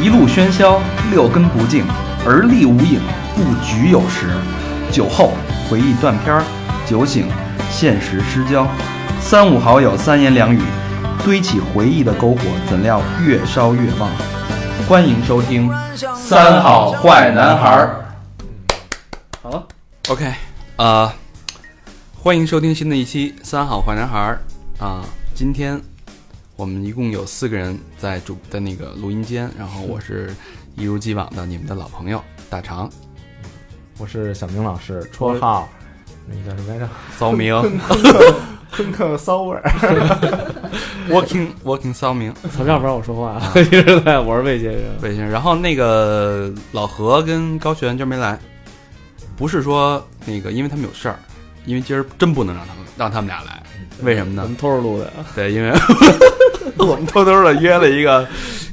一路喧嚣，六根不净，而立无影，不局有时。酒后回忆断片儿，酒醒现实失焦。三五好友三言两语，堆起回忆的篝火，怎料越烧越旺。欢迎收听《三好坏男孩儿 OK，啊、欢迎收听新的一期《三好坏男孩》儿》啊、今天我们一共有四个人在主的那个录音间，然后我是一如既往的你们的老朋友大肠、我是小明老师，绰号那个叫什么来 着？骚 明昆克骚味儿。 ，Walking Walking 骚明，怎么样不让我说话？ 一直在，我是魏先生。对，行然后那个老何跟高璇今儿没来，不是说那个，因为他们有事儿，因为今儿真不能让他们让他们俩来，为什么我呢们？偷着录的，对，因为我们偷偷的约了一个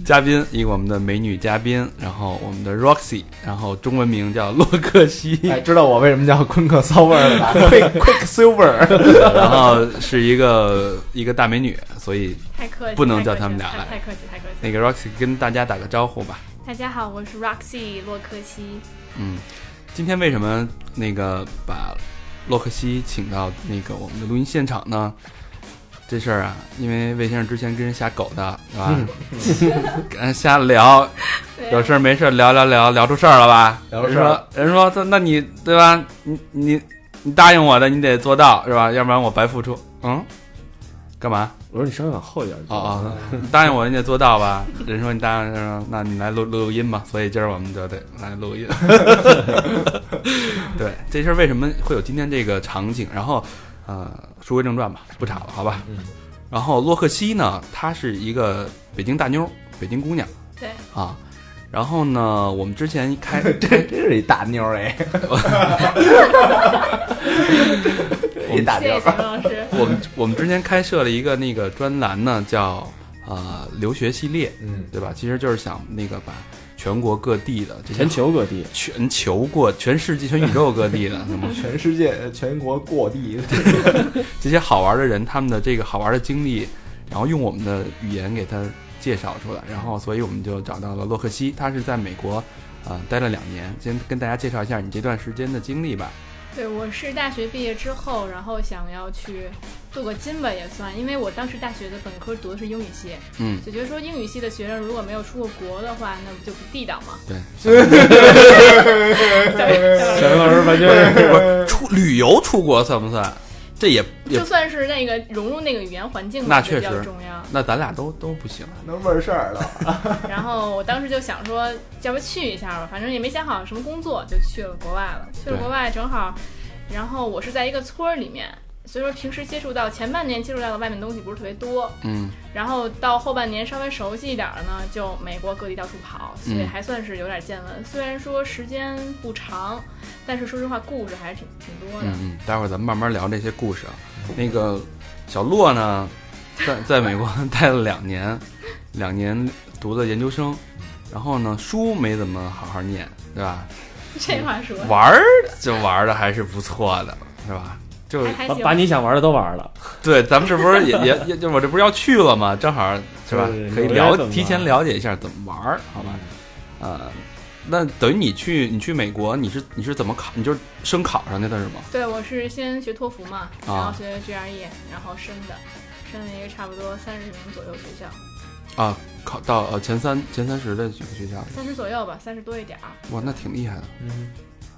嘉宾，一个我们的美女嘉宾，然后我们的 Roxy，然后中文名叫洛克西， 哎，知道我为什么叫昆克骚味儿了 吧？Quick Quick Silver。然后是一个一个大美女，所以太客气，不能叫太客气他们俩来太太客气，太客气。那个 Roxy 跟大家打个招呼吧。大家好，我是 Roxy 洛克西，嗯，今天为什么那个把洛克西请到那个我们的录音现场呢？这事儿啊，因为魏先生之前跟人瞎狗的，是吧？ 跟人瞎聊，有事儿没事儿聊聊聊聊出事儿了吧？聊出人事儿说了人说那那你对吧？你你你答应我的，你得做到是吧？要不然我白付出。嗯，干嘛？我说你稍微往后一点就哦行哦，你 答应我你得做到吧？人说你答应，人说那你来录录录音吧。所以今儿我们就得来录音。 对，这事儿为什么会有今天这个场景？然后，呃，书归正传吧，不吵了，好吧？嗯。然后洛克西呢，她是一个北京大妞儿，北京姑娘对，啊。然后呢，我们之前 开。这真是一大妞儿哎，一大谢妞谢儿。邢老师我们我们之前开设了一个那个专栏呢，叫呃留学系列，嗯，对吧？其实就是想那个把全国各地的这些全球各地，全球过全世界全宇宙各地 的那么全世界呃全国过地，这些好玩的人，他们的这个好玩的经历，然后用我们的语言给他介绍出来，然后所以我们就找到了洛克西，他是在美国。呃，待了两年，先跟大家介绍一下你这段时间的经历吧。对，我是大学毕业之后，然后想要去镀个金吧，也算，因为我当时大学的本科读的是英语系，嗯，就觉得说英语系的学生如果没有出过国的话，那不就不地道 嘛。对，小明老师完全是 出旅游出国算不算？这也也就，算是那个融入那个语言环境，那我觉得比确实较重要。那咱俩都都不行。 能问事儿了。然后我当时就想说，要不去一下吧，反正也没想好什么工作，就去了国外了。去了对国外正好，然后我是在一个村儿里面，所以说平时接触到前半年接触到的外面东西不是特别多，嗯，然后到后半年稍微熟悉一点了呢，就美国各地到处跑，所以嗯还算是有点见闻。虽然说时间不长，但是说实话故事还是挺挺多的。嗯嗯，待会儿咱们慢慢聊这些故事啊。那个小洛呢，在在美国 待了两年，两年读的研究生，然后呢书没怎么好好念，对吧？这话说玩儿就玩的还是不错的，是吧？就还还把行，把你想玩的都玩了，对，咱们这不是也也也，就我这不是要去了吗？正好是吧对？可以纽约了怎么玩提前了解一下怎么玩儿，好吧？呃，那等于你去你去美国，你是你是怎么考？你就是升考上去的是吗？对，我是先学托福嘛，然啊后学 GRE，然后升的，升了一个差不多三十名左右学校，啊，考到呃前三前三十的几个学校，三十左右吧，三十多一点儿。哇，那挺厉害的，嗯，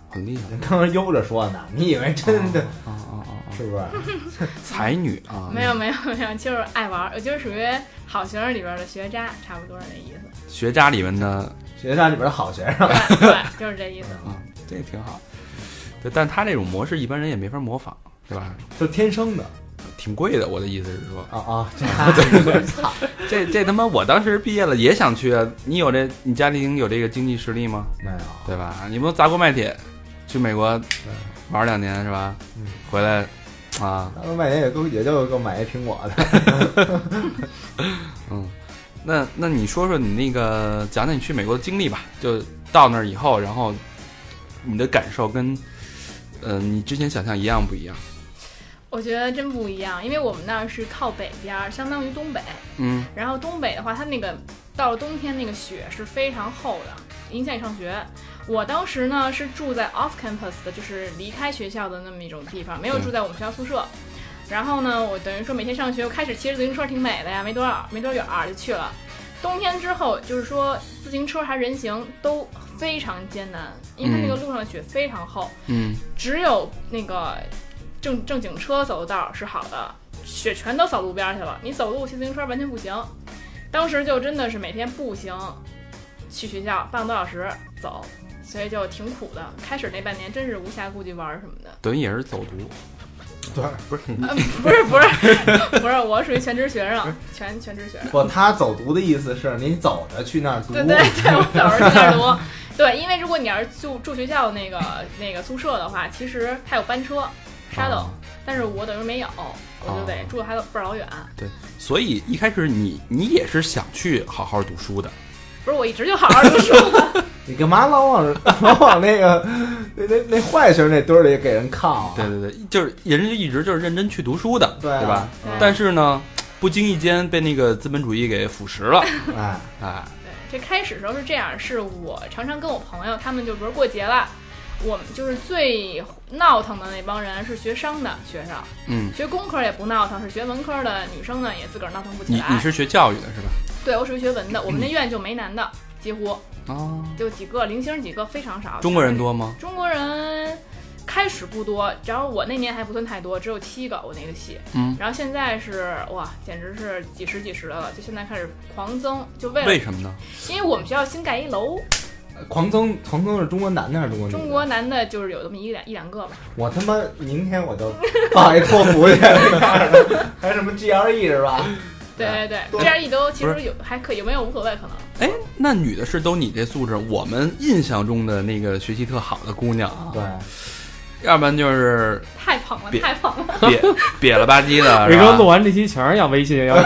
很厉害你 刚刚悠着说呢，你以为真的啊啊啊啊！是不是？ 才女啊，没有没有没有，就是爱玩儿，我就是属于好学生里边儿的学渣，差不多是那意 思。学渣里面的学校里边的好学生。对对，就是这意思。啊，这个挺好。对，但他这种模式一般人也没法模仿，对吧？就天生的挺贵的，我的意思是说，啊啊！这 对，操，这这他妈我当时毕业了也想去啊！你有这，你家里有这个经济实力吗？没有，对吧？你不砸锅卖铁去美国玩两年是吧？嗯回来啊，他们卖年也够，也就够买一苹果的。嗯，那那你说说你那个讲讲你去美国的经历吧，就到那儿以后，然后你的感受跟，呃，你之前想象一样不一样？我觉得真不一样，因为我们那儿是靠北边儿，相当于东北。嗯，然后东北的话，它那个到了冬天那个雪是非常厚的，影响你上学。我当时呢是住在 off campus 的，就是离开学校的那么一种地方，没有嗯住在我们学校宿舍。然后呢，我等于说每天上学，我开始骑着自行车挺美的呀，没多少没多远儿就去了。冬天之后，就是说自行车还是人行都非常艰难，因为它那个路上的雪非常厚。嗯，只有那个正正经车走的道儿是好的，雪全都扫路边儿去了。你走路骑自行车完全不行。当时就真的是每天步行去学校，半个多小时走，所以就挺苦的。开始那半年真是无暇顾及玩儿什么的。等于也是走读。 对，不是呃、不是不是不是， 我属于全职学生，全全职学生。不，他走读的意思是你走着去那儿读，对对对，我早上去那儿 读。对，因为如果你要是住住学校那个那个宿舍的话，其实它有班车，shuttle，、啊但是我等于没有，我就得住得还倍儿老远。所以一开始你你也是想去好好读书的，不是，我一直就好好读书。 你干嘛老往 老往那个那那那坏事儿那堆儿里给人靠、啊？对对对，就是人家就一直就是认真去读书的，对对啊吧？对但是呢，不经意间被那个资本主义给腐蚀了，哎，哎，对，这开始时候是这样，是我常常跟我朋友，他们就比如过节了，我们就是最闹腾的那帮人是学商的学生，嗯，学工科也不闹腾，是学文科的女生呢也自个儿闹腾不起你来。你是嗯学教育的是吧？对我属于学文的，我们那院就没男的，几乎哦，就几个零星几个，非常少。中国人多吗？中国人开始不多，然后我那年还不算太多，只有七个我那个系，嗯，然后现在是哇，简直是几十几十的了，就现在开始狂增，就为了为什么呢？因为我们学校新盖一楼，狂增狂增是中国男的还是中国女的？中国男的就是有这么一两一两个吧，我他妈明天我就报一托福去， 还有什么 GRE 是吧？嗯对对对对多，GRE 都其不实有还可以有没有无所谓，可能哎，那女的是都你这素质，我们印象中的那个学习特好的姑娘啊，对，要不然就是 太捧了，别太捧了，瘪瘪了吧唧 的，你是说吧录？完这期全是要微信，要 要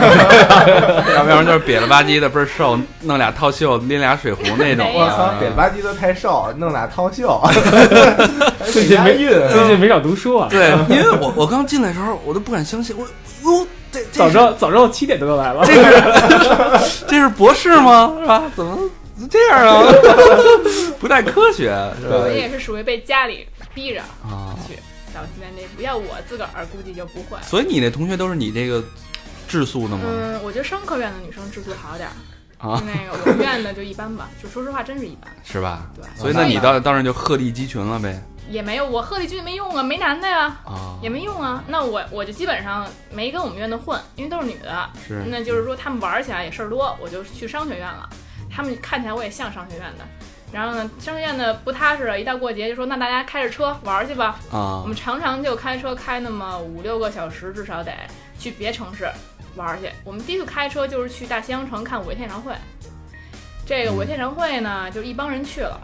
不然就是瘪了吧唧的倍儿瘦，弄俩套袖，拎俩水壶那种啊没。有 我操，瘪了吧唧都太瘦，弄俩套 袖，最近押没韵。最近没少读书啊。对，因为我我刚进来的时候，我都不敢相信，我哟，这这早是知道早知道七点多就来了，这是博士吗？是吧？怎么这样 啊？不太科学，是吧？我对也是属于被家里逼着啊，去到今天这步，要我自个儿估计就不会。所以你那同学都是你这个质素的吗？嗯，我觉得商科院的女生质素好点儿，啊，那个我们院的就一般吧，就说实话真是一般，是吧？对，所以那你到当时就鹤立鸡群了呗？也没有我鹤立鸡群没用啊，没男的呀。啊，也没用啊，那我我就基本上没跟我们院的混，因为都是女的，是那就是说他们玩起来也事儿多，我就去商学院了。他们看起来我也像商学院的，然后呢，商学院的不踏实，一到过节就说那大家开着车玩儿去吧。啊我们常常就开车开那么五六个小时，至少得去别城市玩儿去。我们第一次开车就是去大西洋城看五月天演唱会，这个五月天演唱会呢，就一帮人去了。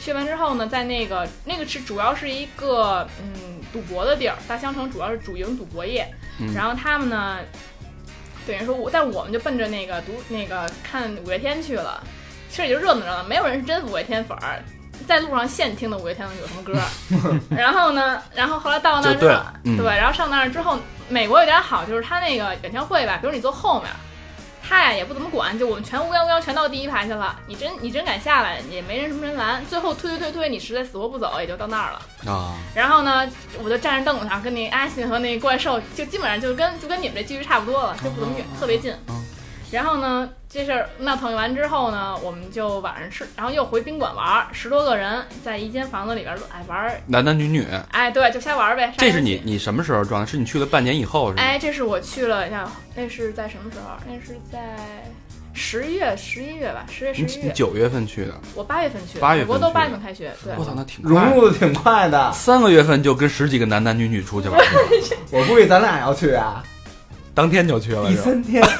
去完之后呢，在那个那个是主要是一个嗯赌博的地儿，大西洋城主要是主营赌博业。嗯然后他们呢，等于说我，但我们就奔着那个赌那个看五月天去了，其实也就热闹热闹，没有人是真五月天粉儿。在路上现听的五月天有什么歌儿， 然后呢，然后后来到那儿就之对后了，嗯对，然后上那儿之后，美国有点好，就是他那个演唱会吧，比如你坐后面，他呀也不怎么管，就我们全乌泱乌泱全到第一排去了，你真你真敢下来，也没人什么人拦，最后推推推推，你实在死活不走，也就到那儿了。啊，然后呢，我就站着凳子啊上，跟那阿信和那怪兽就基本上就跟就跟你们这距离差不多了，就不怎么远，特别近嗯。然后呢，这事儿闹腾完之后呢，我们就晚上吃，然后又回宾馆玩儿，十多个人在一间房子里边儿哎玩儿，男男女女，哎对，就瞎玩儿呗。这杀是游戏你你什么时候装的？是你去了半年以后是吧？哎，这是我去了一下，那是在什么时候？那是在十月、十一月吧，十月、你十一你月。九月份去的，我八月份去的，八月份我都去八月的份开学，对我，操，那挺快融的。入的挺快的，三个月份就跟十几个男男女女出去玩了，我估计咱俩要去 啊， 当天就去了，第是吧？三 天，是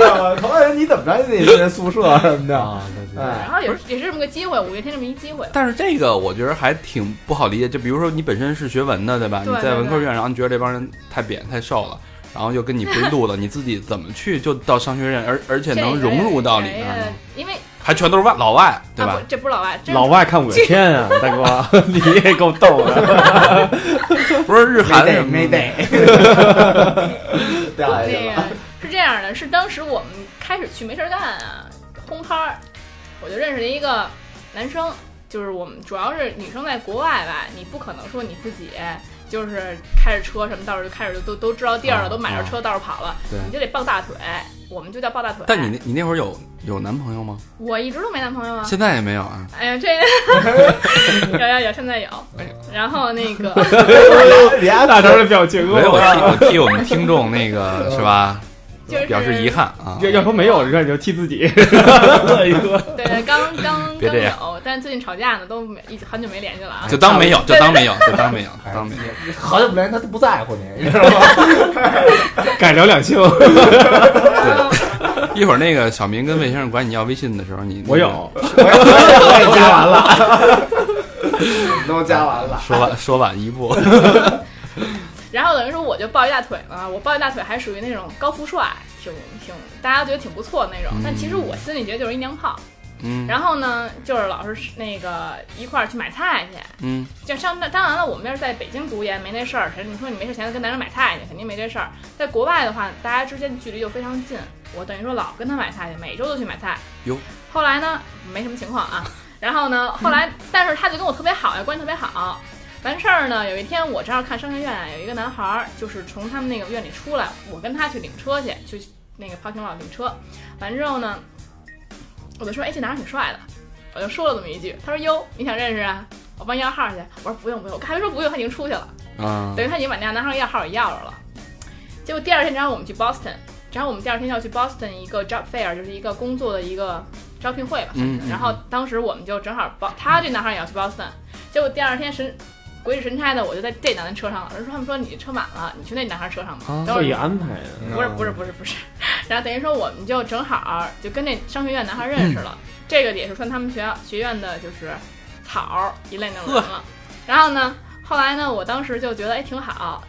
吧我操，哎你怎么着也得去宿舍什么的，啊，对对。哎，然后也是也是这么个机会，五月天这么一机会，但是这个我觉得还挺不好理解，就比如说你本身是学文的，对吧？对你在文科对院，然后你觉得这帮人太扁太瘦了，然后又跟你不是路了，你自己怎么去就到商学院，而而且这能个融入到里也面呢？哎因为还全都是外老外，对啊吧不？，这不是老外，这是 老外看五月天啊，大哥，你也够逗的。不是日韩什么的没得， 掉下去那了。个是这样的，是当时我们开始去没事儿干啊，轰趴儿，我就认识了一个男生，就是我们主要是女生在国外吧，你不可能说你自己就是开着车什么，到时候就开始就都都知道地儿了，啊都买着车到处跑了，对你就得抱大腿，我们就叫抱大腿。但你那你那会儿有有男朋友吗？我一直都没男朋友啊。现在也没有啊。哎呀，这 有有有，现在有。然后那 个，别大头的表情， 啊没有，我啊替我替我们听众那 个是吧，就是表示遗憾啊。要要说没有，你说你就踢 自己。对 对，刚刚别刚这样有，但最近吵架呢，都没一很久没联系了啊。就当没有，就当没有，就当没 有，就当没有。好久不联系，他都不在 乎你，你知道吗？改聊两 性，然后一会儿那个小明跟魏先生管你要微信的时候，你我有，我也我也加完了， 都加完了。说 晚说晚一步， 然后等于说我就抱一大腿嘛，我抱一大腿还属于那种高富帅，挺挺大家觉得挺不错的那种嗯，但其实我心里觉得就是一娘炮。嗯然后呢，就是老是那个一块儿去买菜去，嗯就上那当然了，我们那是在北京读研没那事儿，谁你说你没事闲的跟男人买菜去，肯定没这事儿。在国外的话，大家之间距离就非常近，我等于说老跟他买菜去，每周都去买菜。哟，后来呢，没什么情况啊。然后呢，后来但是他就跟我特别好呀，关系特别好。完事儿呢，有一天我正好看商学院，有一个男孩儿就是从他们那个院里出来，我跟他去领车去，去那个 parking lot 领车。完之后呢，我就说，哎，这男孩儿挺帅的，我就说了这么一句。他说，哟，你想认识啊？我帮你要号去。我说不用不用，我还没说不用，他已经出去了。啊等于他已经把那男孩儿要号也要着了。结果第二天，然后我们去 Boston，然后我们第二天要去 Boston 一个 job fair，就是一个工作的一个招聘会吧。嗯，嗯然后当时我们就正好包，他这男孩儿也要去 Boston，结果第二天神鬼使神差的，我就在这男的车上了。人说他们说你车满了，你去那男孩儿车上吧。啊等会儿也安排的。嗯不是不是不是不 是，然后等于说我们就正好就跟那商学院男孩认识了，这个也是算他们学校学院的就是草儿一类那种人了。然后呢，后来呢，我当时就觉得哎挺好，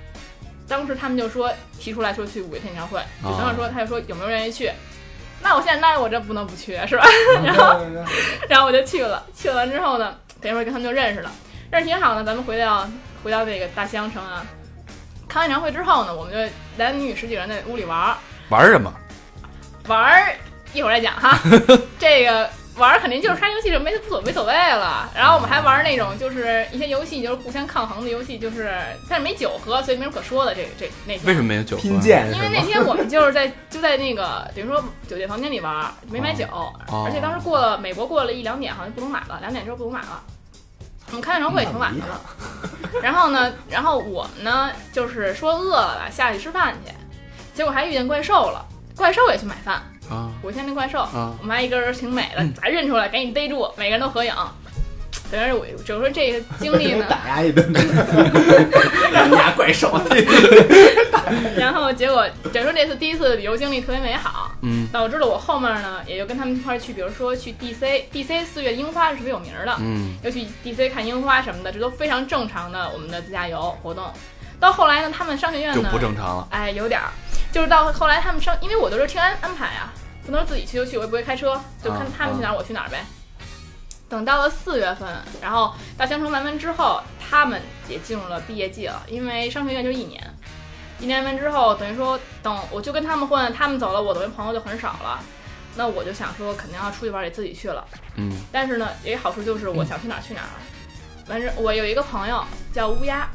当时他们就说提出来说去五月天演唱会，就等等说他就说有没有人愿意去。那我现在那我这不能不去是吧？ 然后然后我就去了，去了完之后呢，等一会儿跟他们就认识了，认识挺好呢。咱们回到回到这个大西洋城啊，看完演唱会之后呢，我们就男女十几个人在屋里玩儿，玩什么？玩儿一会儿再讲 哈，这个玩儿肯定就是刷游戏什么没无所没所谓了。然后我们还玩儿那种就是一些游戏就是互相抗衡的游戏，就是但是没酒喝，所以没什么可说的。这个这那为天，什么没有酒喝？ 拼剑因是为吗那？天我们就是在就在那个等于说酒店房间里玩儿，没买酒，哦而且当时过了美国过了一两点，好像不能买了，两点之后不能买了。我们看演唱会也挺晚 的了，然后呢，然后我们呢就是说饿了吧下去吃饭去，结果还遇见怪兽了，怪兽也去买饭。啊我现在那怪兽，啊我们还一根儿挺美的，嗯咱认出来，赶紧逮住，每个人都合影。等于是我，就是说这个经历呢，打压一顿，让你俩怪兽。然后结果，等于说这次第一次旅游经历特别美好，嗯导致了我后面呢，也就跟他们一块儿去，比如说去 DC，DC 四月樱花是特别有名儿的，嗯又去 DC 看樱花什么的，这都非常正常的我们的自驾游活动。到后来呢，他们商学院就呢不，正常了。哎，有点儿，就是到后来他们商，因为我都是听安安排啊，不能说自己去就去，我也不会开车，就看啊他们去哪儿、我去哪儿呗。等到了四月份，然后大香城完完之后，他们也进入了毕业季了，因为商学院就一年，一年完之后，等于说等我就跟他们混，他们走了，我的朋友就很少了。那我就想说，肯定要出去玩，得自己去了。嗯但是呢，也有好处就是我想去哪儿去哪儿。完事，我有一个朋友叫乌鸦，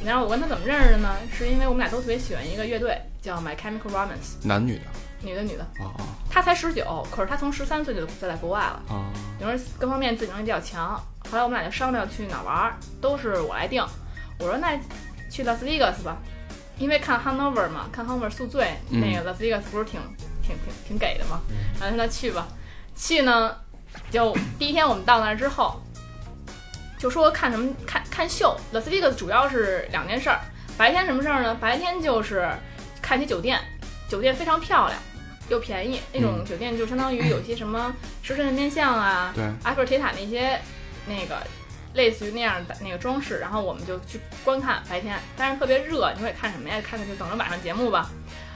你知道我跟他怎么认识的呢？是因为我们俩都特别喜欢一个乐队叫 My Chemical Romance，男女的女的女的，啊她才十九，可是她从十三岁就就在国外了，啊啊等于说各方面自理能力比较强。后来我们俩就商量去哪儿玩儿，都是我来定。我说那去 Las Vegas 吧，因为看 Hanover 嘛，看 Hanover 宿醉，嗯那个 Las Vegas 不是挺挺挺挺给的嘛。然后说那去吧，去呢，就第一天我们到那儿之后，就说看什么看看秀。Las Vegas 主要是两件事儿，白天什么事儿呢？白天就是看一些酒店，酒店非常漂亮。又便宜，那种酒店就相当于有一些什么狮身人面像啊，对埃菲尔铁塔那些那个类似于那样的那个装饰，然后我们就去观看白天，但是特别热，你说也看什么呀？看看就等着晚上节目吧。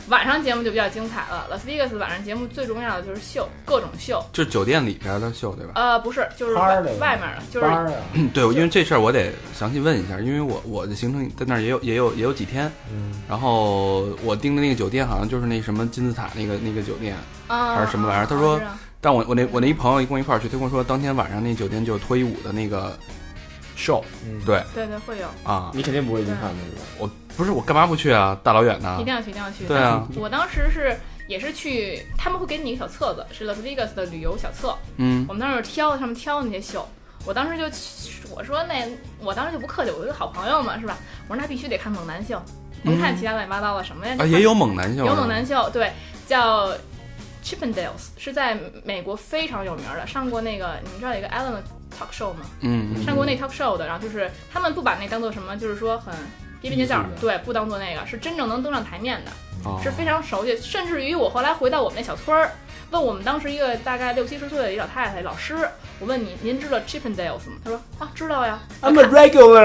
晚上节目就比较精彩了。Las Vegas 晚上节目最重要的就是秀，各种秀。就是酒店里边的秀，对吧？呃，不是，就是趴外儿的外面的，就是班儿啊，对，因为这事儿我得详细问一下，因为我我的行程在那儿也有也有也有几天，嗯，然后我订的那个酒店好像就是那什么金字塔那个那个酒店，啊还是什么玩意儿他说啊是啊但我我那我那一朋友一共一块儿去，他跟我说当天晚上那酒店就有脱衣舞的那个 show 嗯对对对会有，啊，你肯定不会去看的是吧？不是我干嘛不去啊？大老远的一定，要去，一定要去。对啊，我当时是也是去，他们会给你一个小册子，是 Las Vegas 的旅游小册。嗯我们当时挑他们挑那些秀，我当时就去我说那我当时就不客气，我一个好朋友嘛是吧？我说那必须得看猛男秀，甭看其他乱七八糟的什么呀。嗯啊，也有猛男秀，有猛男秀，对，叫 Chippendales，是在美国非常有名的，上过那个你们知道有一个 Ellen Talk Show 吗？嗯，嗯，上过那 talk show 的，然后就是他们不把那当做什么，就是说很边边角角艺术，的对，不当做那个，是真正能登上台面的，哦是非常熟悉。甚至于我后来回到我们那小村儿，问我们当时一个大概六七十岁的一老太太，老师，我问你，您知道 Chippendales 吗？她说啊，知道呀。 ，I'm a regular，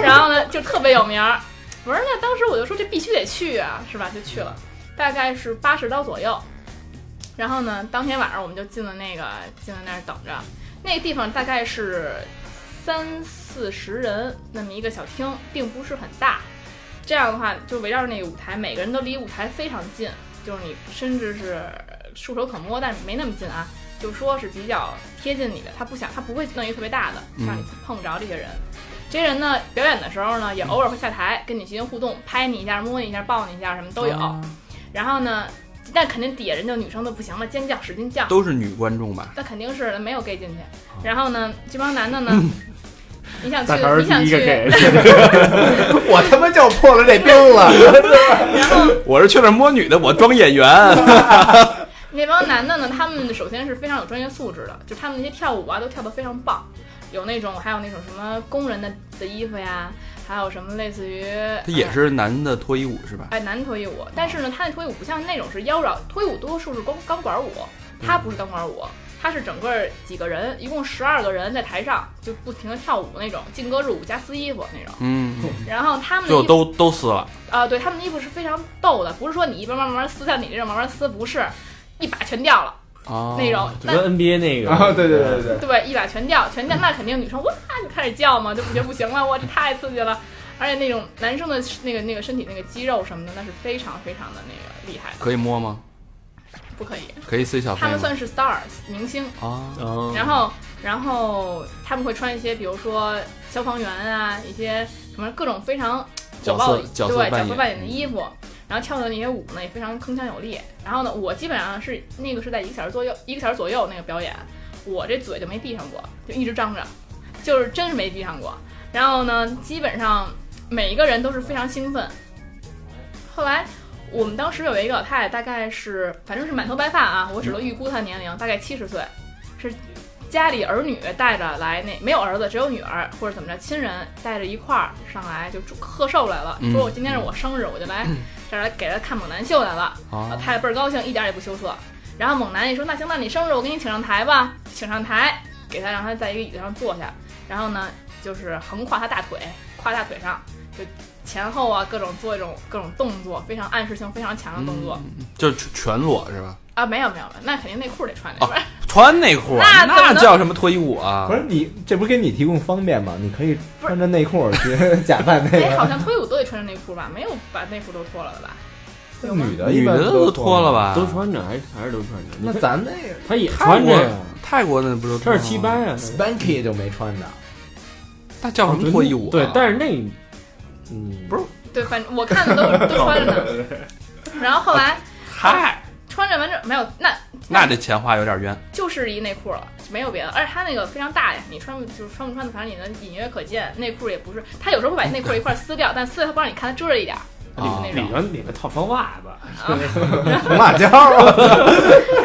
然后呢，就特别有名儿。我说那当时我就说这必须得去啊，是吧？就去了，大概是八十刀左右。然后呢，当天晚上我们就进了那个进了那儿等着，那个地方大概是三四十人那么一个小厅，并不是很大。这样的话，就围绕着那个舞台，每个人都离舞台非常近，就是你甚至是触手可摸，但是没那么近啊。就说是比较贴近你的，他不想，他不会弄一个特别大的，让你碰不着这些人。这些人呢，表演的时候呢，也偶尔会下台跟你进行互动，拍你一下、摸你一下、抱你一下，什么都有。啊然后呢，但肯定底下人就女生都不行了，尖叫，使劲叫。都是女观众吧？那肯定是没有 gay 进去。然后呢，这帮男的呢，你想去大肠，儿你想第一个去，给， 我他妈就破了这冰了，然后 我是去那儿摸女的，我装演员。那帮男的呢，他们首先是非常有专业素质的，就他们那些跳舞啊，都跳得非常棒，有那种还有那种什么工人的的衣服呀，还有什么类似于他也是男的脱衣舞是吧？哎，男脱衣舞，但是呢，他那脱衣舞不像那种是妖娆，脱衣舞多数是钢钢管舞，他不是钢管舞，他是整个几个人，一共十二个人在台上就不停的跳舞那种，劲歌热舞加撕衣服那种。嗯，然后他们最后的衣服都都撕了。啊、对他们的衣服是非常逗的，不是说你一边慢慢撕，像你这种慢慢撕，不是一把全掉了哦那种。就那跟 NBA 那个啊，对对对对，对，一把全掉，全掉，那肯定女生哇就开始叫嘛，就不觉得不行了，哇，这太刺激了。而且那种男生的那个那个身体那个肌肉什么的，那是非常非常的那个厉害的，可以摸吗？不可以。可以塞小费他们吗？算是 stars 明星，啊，嗯然后然后他们会穿一些，比如说消防员啊，一些什么各种非常角火爆的色角色对扮角演嗯色扮演的衣服，然后跳的那些舞呢也非常铿锵有力。然后呢，我基本上是那个是在一个小时左右，一个小时左右那个表演，我这嘴就没闭上过，就一直张着，就是真是没闭上过。然后呢，基本上每一个人都是非常兴奋。后来我们当时有一个老太太，大概是反正是满头白发啊，我只能预估她年龄，大概七十岁，是家里儿女带着来那没有儿子，只有女儿或者怎么着，亲人带着一块儿上来就祝贺寿来了，嗯说我今天是我生日，我就来这儿来给她看猛男秀来了。老啊，太太倍儿高兴，一点儿也不羞涩。然后猛男也说：“那行，那你生日我给你请上台吧，请上台，给他让他在一个椅子上坐下，然后呢，就是横跨他大腿，跨大腿上，就前后啊各种做一种各种动作，非常暗示性非常强的动嗯作、就是全全裸是吧？啊。没有没有没有，那肯定内裤得穿里边儿。穿内裤啊，那怎么那能叫什么脱衣舞啊不？是你，这不是给你提供方便吗？你可以穿着内裤 去假扮那哎，好个像脱衣舞都得穿着内裤吧？没有把内裤都脱了的吧？女的，女的都脱了。吧？都。穿着，还是还是都穿着。你那看咱那个他也泰穿着国呀，泰国的不是都这穿是吗七八呀， Spanky 就没穿着，那叫什么脱衣舞啊？哦对，但是那嗯不是对，反正我看的都都穿着呢。然后后来嗨，穿着完整没有那那这钱花有点冤。就是一内裤了，没有别的。而且它那个非常大呀，你穿不就是穿不穿的，反正你能隐约可见。内裤也不是，它有时候会把内裤一块撕掉，但撕了它不让你看，它遮着一点儿，就啊是那里种。边里边套双袜子，红辣椒啊，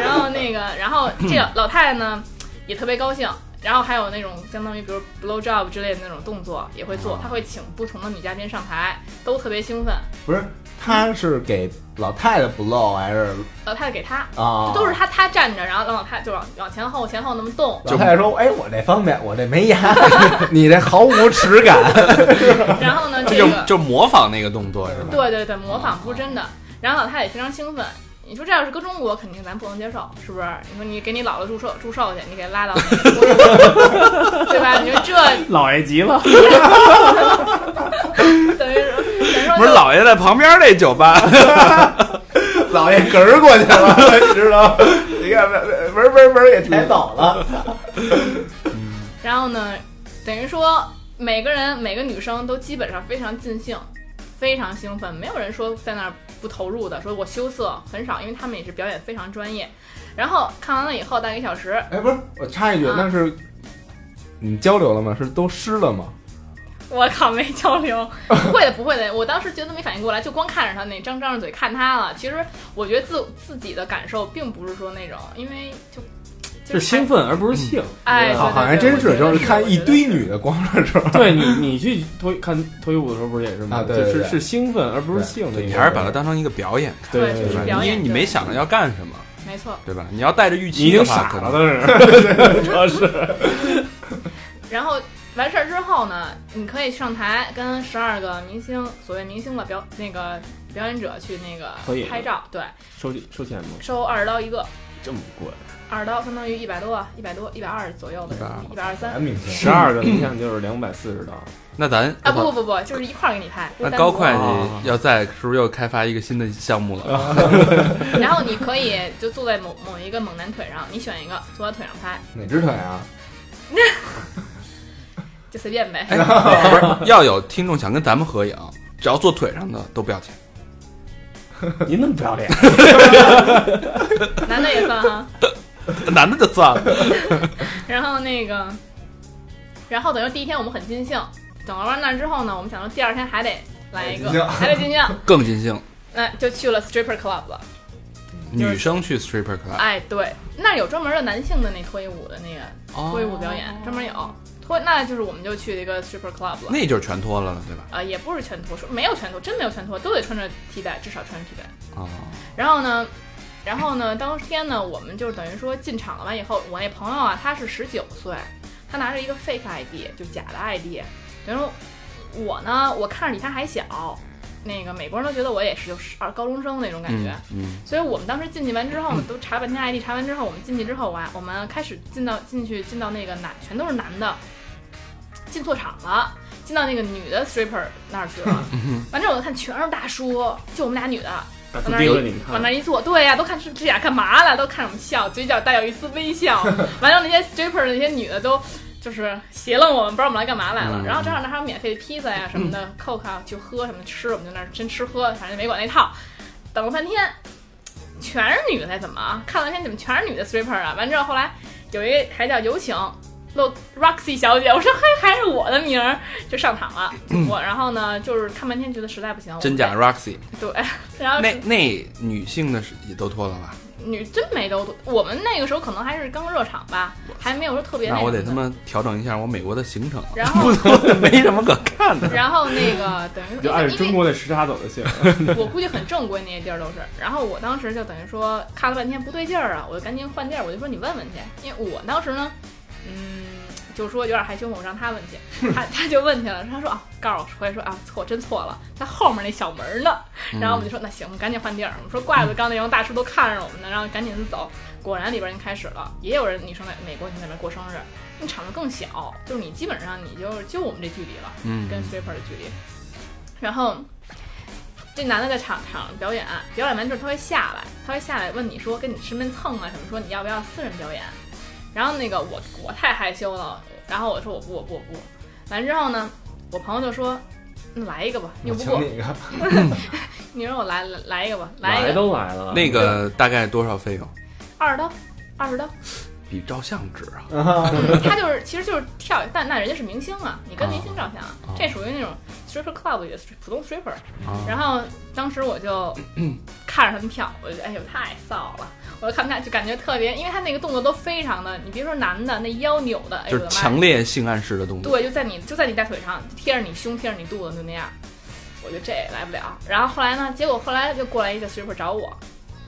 然后那个，然后这个老太太呢也特别高兴，然后还有那种相当于比如 blow job 之类的那种动作也会啊做，她会请不同的女嘉宾上台，都特别兴奋。不是，他是给老太太不露还是老太太给她。啊？都是她，她站着，然后让老太就往往前后前后那么 动，老太太说：“哎，我这方便，我这没 牙，你这毫无耻感。然后呢，这这就个就模仿那个动作是吧？对对对，模仿不是真的。然后老太太也非常兴奋。你说这要是搁中国，肯定咱不能接受，是不是？你说你给你姥姥祝寿祝寿去，你给拉到美国去， 对吧？你说这老爷急 了，等于说，等于说不是就老爷在旁边那 酒吧，老爷哏儿过去了，你知道？你看，文文文也抬走了。然后呢，等于说每个人每个女生都基本上非常尽兴，非常兴奋，没有人说在那儿不投入的，说我羞涩很少，因为他们也是表演非常专业。然后看完了以后，大概一小时，哎，不是，我插一句，啊那是你们交流了吗？是都湿了吗？我靠，没交 流，不会的，不会的。我当时觉得没反应过来，就光看着他那张张着嘴看他了。其实我觉得自自己的感受并不是说那种，因为就就是兴奋，奋而不是性。哎，对好，好对对像真我觉得是是，就是看一我觉堆女的光着时候，对你，你去脱看脱衣舞的时候，不是也是吗？啊对对就对是是兴奋而不是性的一个。你还是把它当成一个表演，对对就是吧？表因演为你没想着要干什么，得没错。对吧？你要带着预你已期经的话，傻可了，能当时主要是然后完事儿之后呢，你可以上台跟十二个明星，所谓明星吧，表那个表演者去那个合影拍照，对，收收钱吗？收二十刀一个，这么贵，二十刀相当于一百多啊，一百多，一百二左右的人民币，一百二十三。明星十二个，你想就是两百四十刀，那咱啊不不不不，就是一块儿给你拍。不那是单高独啊会哦的计要在是不是又开发一个新的项目了？ 然后你可以就坐在某某一个猛男腿上，你选一个坐他腿上拍，哪只腿啊？就随便呗。 哎，不是要有听众想跟咱们合影，只要坐腿上的都不要钱。您那么不要脸，男的也算哈。男的就算了。然后那个，然后等于第一天我们很尽兴，等玩完那之后呢，我们想说第二天还得来一还得尽兴个，还得尽兴，更尽兴，那就去了 stripper club 了。女生去 stripper club，哎，对，那有专门的男性的那脱衣舞的那个脱衣舞哦表演，专门有脱，那就是我们就去了一个 stripper club 了。那就是全脱了，对吧？啊、也不是全脱，说没有全脱，真没有全脱，都得穿着替代，至少穿着替代。啊，然后呢，然后呢，当天呢，我们就是等于说进场了完以后，我那朋友啊，他是十九岁，他拿着一个 fake ID，就假的 ID，等于说我呢，我看着比他还小，那个美国人都觉得我也是就是二高中生那种感觉。嗯嗯，所以我们当时进去完之后，我们都查半天 ID，查完之后，我们进去之后，我啊我们开始进到进去进到那个男，全都是男的，进错场了，进到那个女的 stripper 那儿去 了。完之后我看全是大叔，就我们俩女的，大叔盯着你看往，那儿一坐，对呀、都看这这俩干嘛了？都看着我们笑，嘴角带有一丝微笑。 完了，那些 stripper 那些女的都就是斜愣我们，不知道我们来干嘛来了。嗯然后正好那还有免费的披萨呀、什么的，Coke 啊，去喝什么的吃，我们就那儿真吃喝，反正没管那套。等了半天，全是女的，怎么啊看了半天怎么全是女的 stripper 啊？完之后后来有一个还叫有请。露 Roxy 小姐，我说嘿，还是我的名儿，就上场 了。我然后呢，就是看半天，觉得实在不行，我真假们 Roxy，对，然后是那那女性的是也都脱了吧？女真没都，我们那个时候可能还是刚热场吧，还没有说特别那个。我得他妈调整一下我美国的 行程，然后，没什么可看的。然后那个等于 就按着因中为国的时差走就行。因为我估计很正规那些地儿都是。然后我当时就等于说看了半天不对劲儿啊，我就赶紧换地儿，我就说你问问去，因为我当时呢，嗯，就说有点害羞嘛，我让他问去，他他就问去了，他说啊，告诉我回来说啊错，真错了，在后面那小门儿呢。嗯然后我们就说那行，我们赶紧换地儿。我们说怪不得刚才那帮大叔都看着我们呢，然后赶紧走。果然里边人开始了，也有人女生在美国女生在那边过生日，那场子更小，就是你基本上你就就我们这距离了，嗯跟 stripper 的距离。然后这男的在场场表演，表演完之后他会下来，他会下来问你说跟你身边蹭啊什么，说你要不要私人表演？然后那个我我太害羞了，然后我说我不我不我不。完之后呢，我朋友就说那来一个吧，拗我不请过。你一个。你说我来来来一个吧，一来个都来了，那个大概多少费用？二十刀，二 十刀。比照相值啊，他就是其实就是跳，但那人家是明星啊，你跟明星照相，啊啊，这属于那种 stripper club 里的普通 stripper。啊然后当时我 就看着他们跳，我就觉得哎呦太臊了，我就看不下去，感觉特别，因为他那个动作都非常的，你别说男的那腰扭的，哎呦就我的妈是呀强烈性暗示的动作。对，就在你就在你大腿上，贴着你胸，贴着你肚子，就那样。我觉得这也来不了。然后后来呢，结果后来就过来一个 stripper 找我，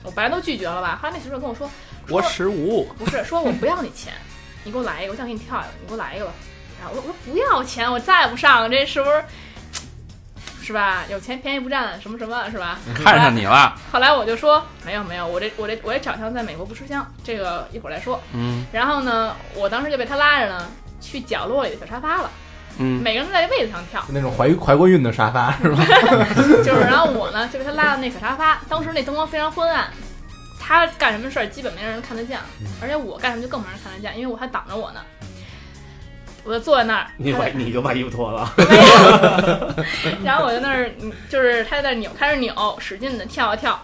我本来都拒绝了吧，后来那 stripper 跟我说，我说 十五，不是，说我不要你钱，你给我来一个，我想给你跳一个，你给我来一个吧。然后我说我说不要钱，我再不上，这是不是？是吧？有钱便宜不占，什么什么是吧？看上你了，后来我就说没有没有，我这我这我这长相在美国不吃香，这个一会儿再说。嗯然后呢，我当时就被他拉着呢，去角落里的小沙发了，嗯，每个人都在位子上跳， 那种怀怀过孕的沙发是吧？就是然后我呢就被他拉到那小沙发，当时那灯光非常昏暗，他干什么事儿基本没人看得见，而且我干什么就更没人看得见，因为我还挡着我呢。我就坐在那儿，你他把在你就把衣服脱了，然后我就那儿，嗯就是他在那儿扭，开始扭，使劲的跳啊跳，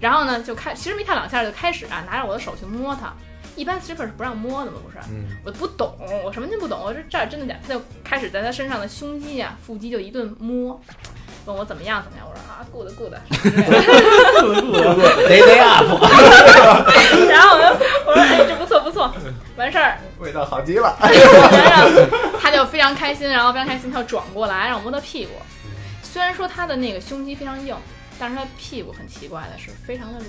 然后呢就开，其实没跳两下就开始啊，拿着我的手去摸他。一般 stripper 是不让摸的嘛，不是？嗯我不懂，我什么都不懂，我说这儿真的假的？他就开始在他身上的胸肌啊、腹肌就一顿摸，问我怎么样怎么样，我说啊，good good 什么之类的。得得啊 up， 然后我就我说哎，这不错不错，完事 儿，味道好极了。哎然后他就非常开心，然后非常开心，他就转过来让我摸他屁股。虽然说他的那个胸肌非常硬，但是他屁股很奇怪的是非常的软，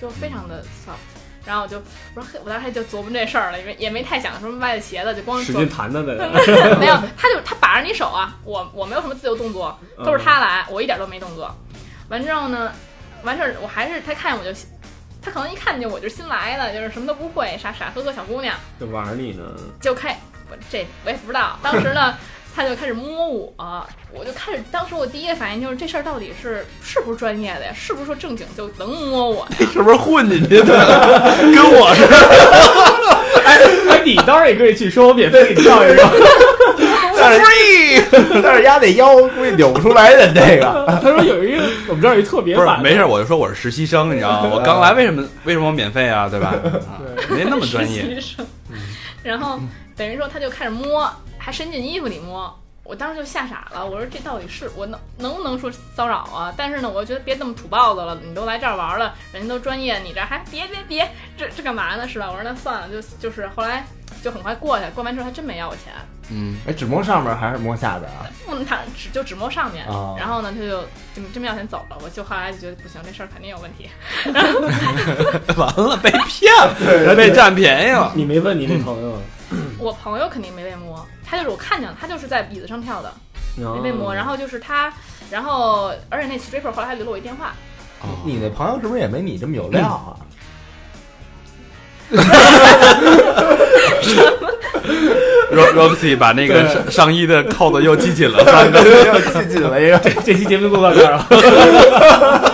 就非常的 soft。然后我就我说嘿，我当时就琢磨这事儿了，因为也没太想什么歪的斜的，就光使琢劲磨弹他的，没有，他就他把着你手啊，我我没有什么自由动作，都是他来，我一点都没动作。完之后呢，完事儿我还是他看见我就，他可能一看见我就新来的，就是什么都不会，傻傻呵呵小姑娘，嗯就玩你呢。 就开我这我也不知道。当时呢，他就开始摸我，我就开始，当时我第一个反应就是这事儿到底是是不是专业的呀？是不是说正经就能摸我呀？是不是混进去的？跟我似的，哎哎，你当然也可以去说，我免费给你跳一个。但是 但是压那腰估计扭不出来的这 个。 他说有一个我们这儿有一特别不是版的，没事，我就说我是实习生，你知 道吗？我刚来，为什么为什么我免费啊？对吧？啊没 那么专业，实习生。 然后等于说他就开始摸，还伸进衣服里摸。我当时就吓傻了，我说这到底是我能能不能说骚扰啊？但是呢，我觉得别那么土包子了，你都来这儿玩了，人家都专业，你这还别别别，这这干嘛呢？是吧？我说那算了，就就是后来就很快过去，过完之后还真没要我钱，嗯，哎，只摸上面还是摸下边啊？不能他只就只摸上面，啊哦然后呢他就就真没要钱走了，我就后来就觉得不行，这事儿肯定有问题，完了，被骗了，被占便 宜了。你没问你那朋友，嗯我朋友肯定没被摸，他就是我看见了，他就是在椅子上跳的，没没被哦摸，然后就是他，然后而且那 stripper 后来还留了我一电话，你那朋友是不是也没你这么有料 啊？ Ro- Roxy 把那个上上衣的扣子又系紧了，大 哥又进进了一 个 这期节目就录到这儿了，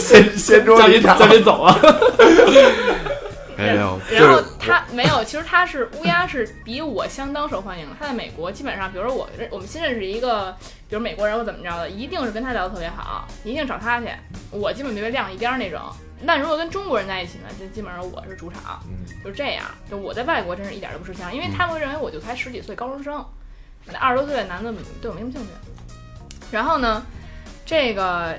掀 掀桌嘉一宾场嘉，宾走啊。 没有，就然后是他没有，其实他是乌鸦是比我相当受欢迎的，他在美国基本上，比如说我认我们新认识一个，比如美国人或怎么着的，一定是跟他聊得特别好，一定找他去，我基本就被晾一边儿那种。那如果跟中国人在一起呢，就基本上我是主场，嗯就是这样。就我在外国真是一点都不吃香，嗯因为他们会认为我就才十几岁高中生，那二十多岁的男的对我没什么兴趣。然后呢，这个，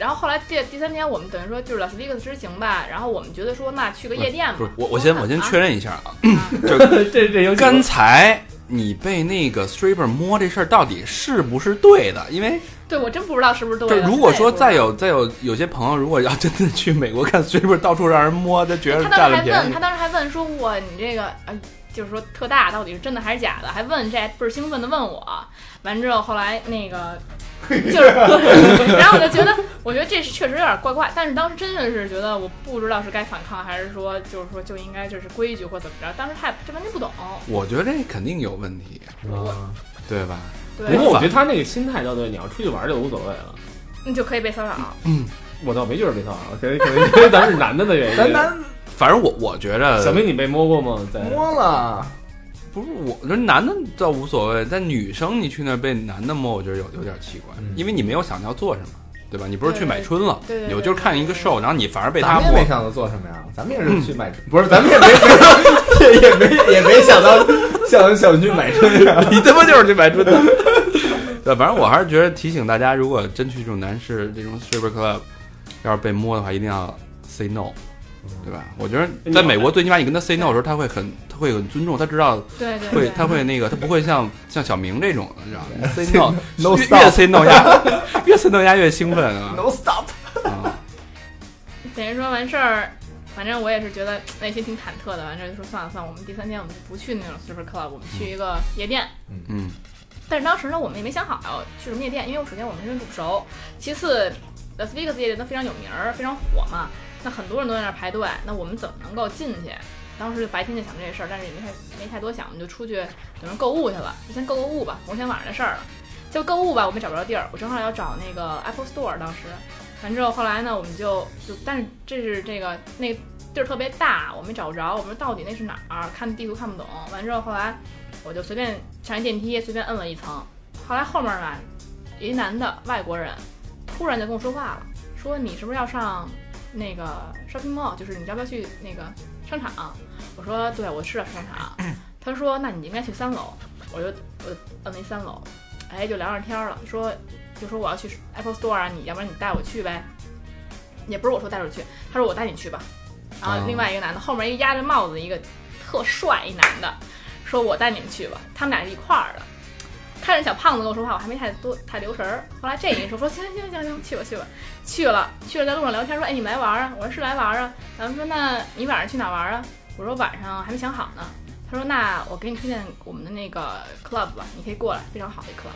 然后后来第第三天我们等于说就是 Las Vegas 之行吧，然后我们觉得说那去个夜店吧。不是我我先我先确认、认一下啊，啊这这游戏刚才你被那个 stripper 摸这事儿到底是不是对的？因为对我真不知道是不是对就的。如果说再再有再有有些朋友如果要真的去美国看 stripper 到处让人摸，他觉得他当占时了还便问，宜他。当时还问说：“我你这个呃，就是说特大到底是真的还是假的？”还问这倍儿兴奋的问我。完之后，后来那个就是，然后我就觉得，我觉得这是确实有点怪怪，但是当时真的是觉得我不知道是该反抗还是说就是说就应该就是规矩或怎么着，当时他也这完全不懂。我觉得这肯定有问题，啊对吧？不对，过我觉得他那个心态倒对，你要出去玩就无所谓了。你就可以被骚扰。我倒没觉得被骚扰， 可能可能因为咱们是男的的原因。咱咱反正我我觉着小明，你被摸过吗？在摸了，不是我，觉得男的倒无所谓，但女生你去那儿被男的摸，我觉得有有点奇怪，嗯因为你没有想要做什么，对吧？你不是去买春了，对对对你就是看一个 show，然后你反而被他咱们也摸没，想到做什么呀？咱们也是去买春，不是，咱们也没 也也没也没想到向小军买春呀。 你他妈就是去买春的。 对，反正我还是觉得提醒大家，如果真去这种男士这种 stripper club，要是被摸的话，一定要 say no，对吧？我觉得哎在美国，最起码你跟他 say no 的时候，他会很他会很尊重，他知道对对会对，他会那个，他不会像像小明这种的，你知道吗？say no， No 越 stop 越 say no 呀，越 say no 呀越兴奋啊！ No stop，啊等于说完事儿，反正我也是觉得内心挺忐忑的。完事儿就说算了算了，我们第三天我们就不去那种 super club，我们去一个夜店。嗯，但是当时呢，我们也没想好要去什么夜店，因为首先我们认识不熟，其次，Las Vegas 夜店它非常有名儿，非常火嘛，那很多人都在那儿排队，那我们怎么能够进去？当时就白天就想这事儿，但是也没太没太多想，我们就出去等人购物去了，就先购购物吧，我想晚上的事儿了。就购物吧，我们也找不着地儿，我正好要找那个 Apple Store，当时，完之后后来呢，我们就就，但是这是这个那地儿特别大，我没找着，我们说到底那是哪儿？看地图看不懂。完之后后来我就随便上一电梯，随便摁了一层。后来后面吧，一男的外国人突然就跟我说话了，说你是不是要上那个 shopping mall，就是你要不要去那个商场？我说对，我是要去商场。他说那你应该去三楼，我就我就摁了一三楼，哎，就聊上天儿了，说就说我要去 Apple Store 啊，你要不然你带我去呗。也不是我说带着去，他说我带你去吧。然哦后另外一个男的后面一压着帽子的一个特帅一男的，说我带你们去吧。他们俩是一块儿的，看着小胖子跟我说话，我还没太多太留神儿。后来这一说说行行行行，去吧去吧，去了去了，在路上聊天说哎你们来玩儿啊？我说是来玩儿啊。咱们说那你晚上去哪儿玩儿啊？我说晚上还没想好呢。他说那我给你推荐我们的那个 club 吧，你可以过来，非常好的一 club。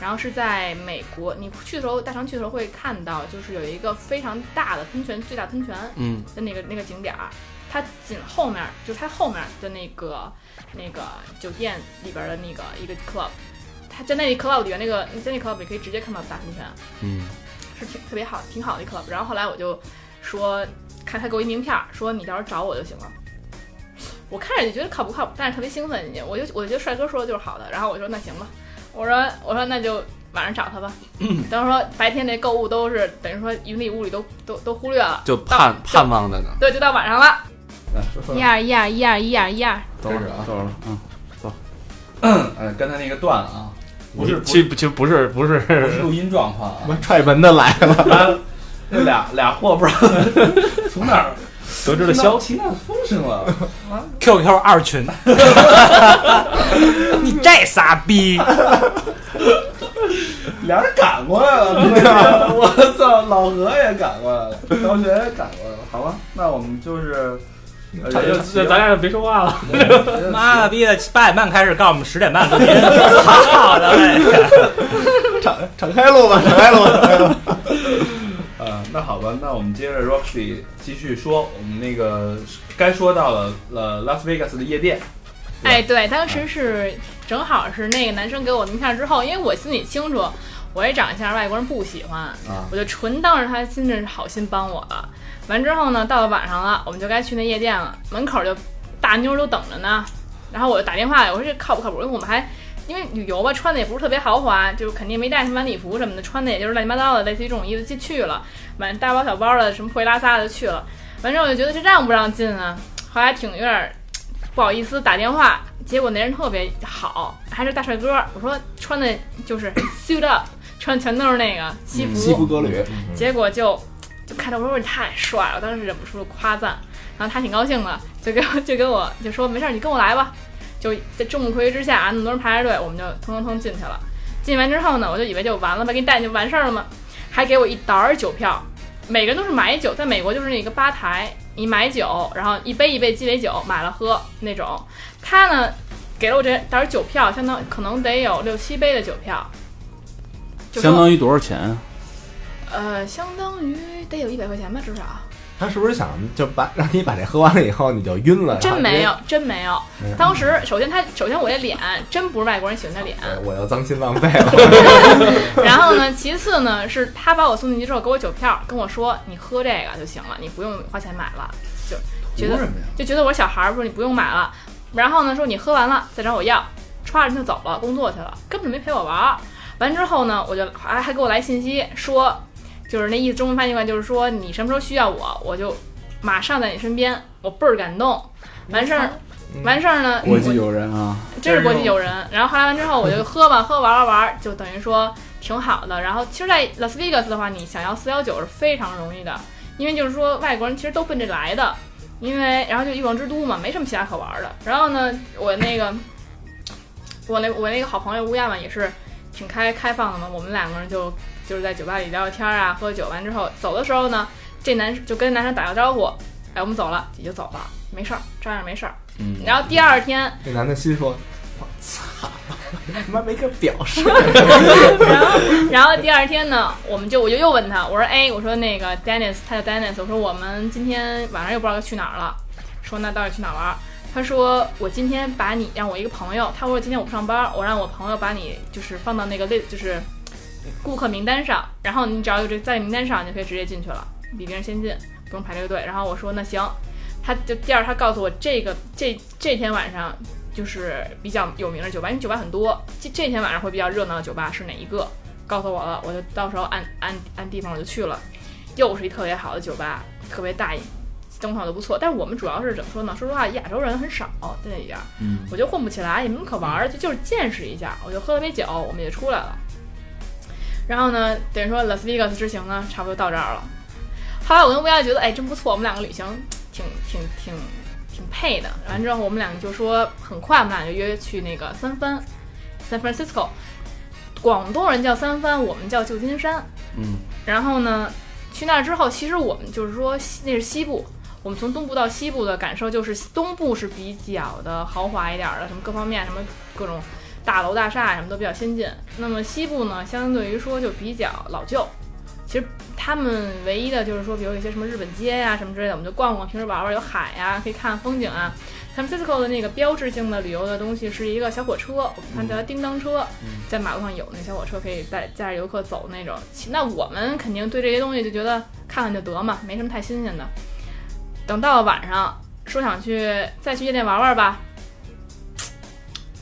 然后是在美国，你去的时候，大常去的时候会看到，就是有一个非常大的喷泉，最大喷泉嗯，的那个那个景点儿，它紧后面就是它后面的那个那个酒店里边的那个一个 club，它在那个 club 里边那个在那个 club 里可以直接看到大喷泉，嗯，是挺特别好挺好的一 club。然后后来我就说，看他给我一名片儿，说你到时候找我就行了。我看着就觉得靠不靠谱，但是特别兴奋，我就我觉得帅哥说的就是好的。然后我说那行吧，我说我说那就晚上找他吧。当时说白天这购物都是等于说云里雾里都都都忽略了，就盼盼望着呢。对，就到晚上了。说一二一二一二一二一二，等会儿啊，等会儿，嗯， 哎，刚才那个断了啊，不嗯是，其实其实不是不是， 不是录音状况啊，踹门的来了，那俩俩货不知道从哪儿得知听了到消息，奇怪的风声了。 QQ 二 群，你这傻逼！俩人赶过来 了，对呀，我 操，老何也赶过来了，高璇也赶过来了，好吧，那我们就是，呃咱也就就齐了咱俩就别说话了。 妈了逼的，八点半开始，告诉我们十点半 录音，操的嘞！敞敞开喽吧，敞开哎喽吧，敞开喽吧。呃，那好吧，那我们接着 Roxy 继续说，我们那个该说到了呃拉斯维加斯的夜店，哎，对，当时是正好是那个男生给我名片之后，因为我心里清楚，我这长相外国人不喜欢，我就纯当着他真的是好心帮我了。完之后呢，到了晚上了，我们就该去那夜店了，门口就大妞儿都等着呢。然后我就打电话，我说这靠不靠谱？因为我们还因为旅游吧，穿的也不是特别豪华，就是肯定没带什么晚礼服什么的，穿的也就是乱七八糟的，类似于这种衣服就去了，满大包小包的，什么破衣拉撒的就去了。完之后我就觉得这让不让进啊？后来挺有点儿不好意思打电话，结果那人特别好，还是大帅哥。我说穿的就是 suit up，穿的全都是那个西服，西服革履，结果就就看到我说你太帅了，我当时忍不住夸赞，然后他挺高兴的，就给我就给我就说没事儿，你跟我来吧。就在众目睽睽之下，那么多人排着队，我们就通通通进去了。进完之后呢，我就以为就完了呗，给你带进去完事儿了嘛，还给我一沓儿酒票，每个人都是买酒，在美国就是那个吧台，你买酒，然后一杯一杯鸡尾酒买了喝那种。他呢给了我这沓儿酒票，相当可能得有六七杯的酒票，就说相当于多少钱啊？呃，相当于得有一百块钱吧，至少。他是不是想就把让你把这喝完了以后你就晕了？真没然有后，真没有嗯。当时首先他，首先我这脸真不是外国人喜欢的脸。直接，我又脏心浪肺了。 然后呢，其次呢是他把我送进去之后给我酒票，跟我说你喝这个就行了，你不用花钱买了，就觉得就觉得我是小孩儿，说你不用买了。然后呢说你喝完了再找我要，歘人就走了，工作去了，根本没陪我玩儿。完之后呢，我就还还给我来信息说，就是那意思，中文翻译过来就是说你什么时候需要我，我就马上在你身边，我倍儿感动。完事儿，完事儿呢，国际友人啊，真是国际友人。然后后来完之后，我就喝吧，喝玩了玩，就等于说挺好的。然后其实，在拉斯维加斯的话，你想要四幺九是非常容易的，因为就是说外国人其实都奔这来的，因为然后就欲望之都嘛，没什么其他可玩的。然后呢，我那个我那我那个好朋友乌亚嘛，也是挺开开放的嘛，我们两个人就就是在酒吧里聊聊天啊，喝酒完之后走的时候呢，这男就跟男生打个招呼，哎，我们走了，也就走了，没事儿，照样没事儿。嗯然后第二天。这男的心说：“他妈没个表 示，然后，然后第二天呢，我们就我就又问他，我说，哎，我说那个 Dennis，他叫 Dennis，我说我们今天晚上又不知道去哪儿了，说那到底去哪儿玩儿？他说我今天把你让我一个朋友，他说今天我不上班，我让我朋友把你就是放到那个类就是顾客名单上，然后你只要有这在名单上，你就可以直接进去了，比别人先进，不用排这个队。然后我说那行，他就第二他告诉我这个这这天晚上就是比较有名的酒吧，因为酒吧很多，这这天晚上会比较热闹的酒吧是哪一个？告诉我了，我就到时候按按按地方我就去了，又是一特别好的酒吧，特别大，灯泡都不错。但是我们主要是怎么说呢？说实话，亚洲人很少在那边，嗯我就混不起来，也没什么可玩儿，就就是见识一下。我就喝了杯酒，我们也出来了。然后呢，等于说 Las Vegas 之行呢，差不多到这儿了。后来我跟乌鸦觉得，哎，真不错，我们两个旅行挺挺挺挺配的。完之后，我们俩就说，很快我们俩就约去那个三藩，San Francisco。广东人叫三藩，我们叫旧金山。嗯，然后呢，去那儿之后，其实我们就是说西那是西部，我们从东部到西部的感受就是东部是比较的豪华一点儿的，什么各方面什么各种大楼大厦什么都比较先进。那么西部呢，相对于说就比较老旧。其实他们唯一的就是说，比如有一些什么日本街呀、什么之类的，我们就逛逛，平时玩玩，有海呀、可以看看风景啊。San Francisco 的那个标志性的旅游的东西是一个小火车，我们看叫它叮当车，在马路上有那小火车可以带载着游客走那种。其那我们肯定对这些东西就觉得看看就得嘛，没什么太新鲜的。等到了晚上，说想去再去夜店玩玩吧，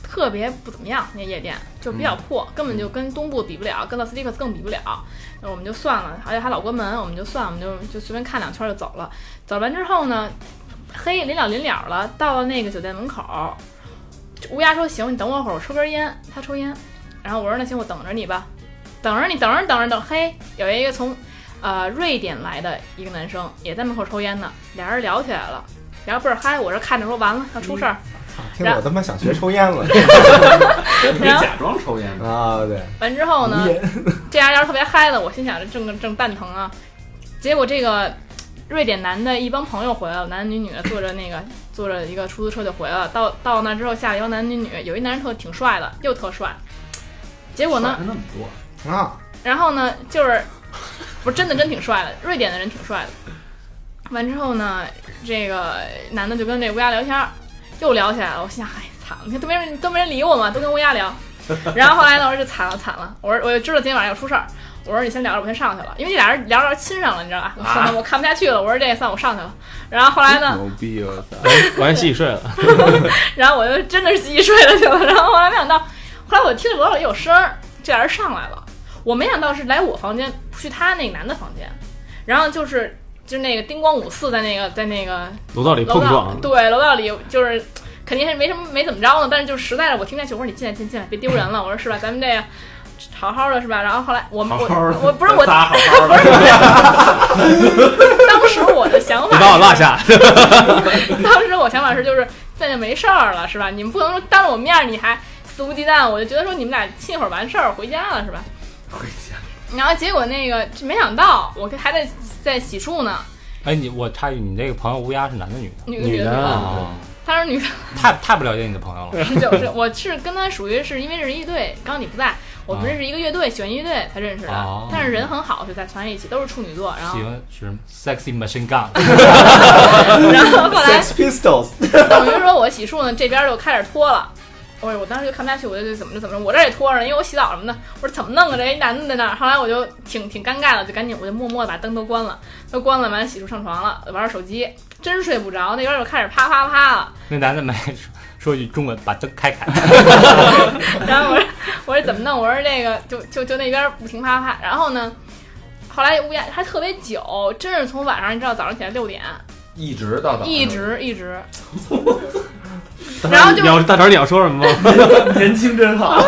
特别不怎么样，那夜店就比较破，根本就跟东部比不了，跟拉斯维加斯更比不了。那我们就算了，而且还老关门，我们就算，我们就就随便看两圈就走了。走完之后呢，黑临了临了了，到了那个酒店门口，乌鸦说：“行，你等我会儿，我抽根烟。”他抽烟，然后我说：“那行，我等着你吧，等着你，等着等着等着。”嘿，有一个从呃瑞典来的一个男生也在门口抽烟呢，俩人聊起来了，聊倍儿嗨。我这看着说完了要出 事儿，听我他妈想学抽烟了可以假装抽烟的。啊！对，完之后呢无，烟这样要是特别嗨了，我心想这正正蛋疼啊。结果这个瑞典男的一帮朋友回来了，男男女女的坐着那个坐着一个出租车就回来了。到到那之后，下一帮男男女女，有一男人特挺帅的，又特帅。结果呢，那么多，啊，然后呢，就是不是真的真挺帅的，瑞典的人挺帅的。完之后呢，这个男的就跟这乌鸦聊天儿，又聊起来了。我心想，哎，惨了，你看都没人都没人理我嘛，都跟乌鸦聊。然后后来呢，我说就惨了惨了，我说我就知道今天晚上要出事儿。我说你先聊着，我先上去了，因为这俩人聊着聊着亲上了，你知道吧？我上我看不下去了，我说这也算我上去了。然后后来呢，牛逼！我哎操，完戏睡了。然后我就真的是自己睡了去了。然后后来没想到，后来我听着楼里有声儿，这俩人上来了。我没想到是来我房间，不去他那个男的房间。然后就是就是那个叮咣五四在那个在那个楼道里楼碰道撞，对楼道里就是肯定是没什么没怎么着呢，但是就实在是我听见去，我说你进来进来进来，别丢人了。我说是吧？咱们这个好好的是吧？然后后来我好好我我不是 我仨好好的，当时我的想法你把我落下。 当时我想法是，就是那就没事儿了，是吧？你们不能说当着我面儿你还肆无忌惮，我就觉得说你们俩亲一会儿完事儿回家了，是吧？回家。然后结果那个没想到，我还在在洗漱呢，哎，你我插一句，你这个朋友乌鸦是男的女的？女的女的，的啊，她是女的， 太太不了解你的朋友了。是就是我是跟她属于是因为是一队，刚好你不在，我们啊认识一个乐队，喜欢乐队才认识的，哦但是人很好，就在团一起，都是处女座，然后喜欢是什么 sexy machine gun， 然后后来 Sex Pistols， 等于说我洗漱呢，这边就开始脱了。哎我我当时就看不下去，我就怎么着怎么着，我这儿也脱了，因为我洗澡什么的，我说怎么弄啊？这一男的在那儿，后来我就挺挺尴尬的，就赶紧我就默默的把灯都关了，都关了，完了洗漱上床了，玩会儿手机，真睡不着，那边就开始啪啪啪了。那男的没说说句中文，把灯开开。然后我说我说怎么弄？我说那个就就就那边不停啪啪。然后呢，后来乌鸦还特别久，真是从晚上你知道早上起来六点，一直到早上一 直一直，大然后肠 就你要大肠，你要说什么吗？年轻真好。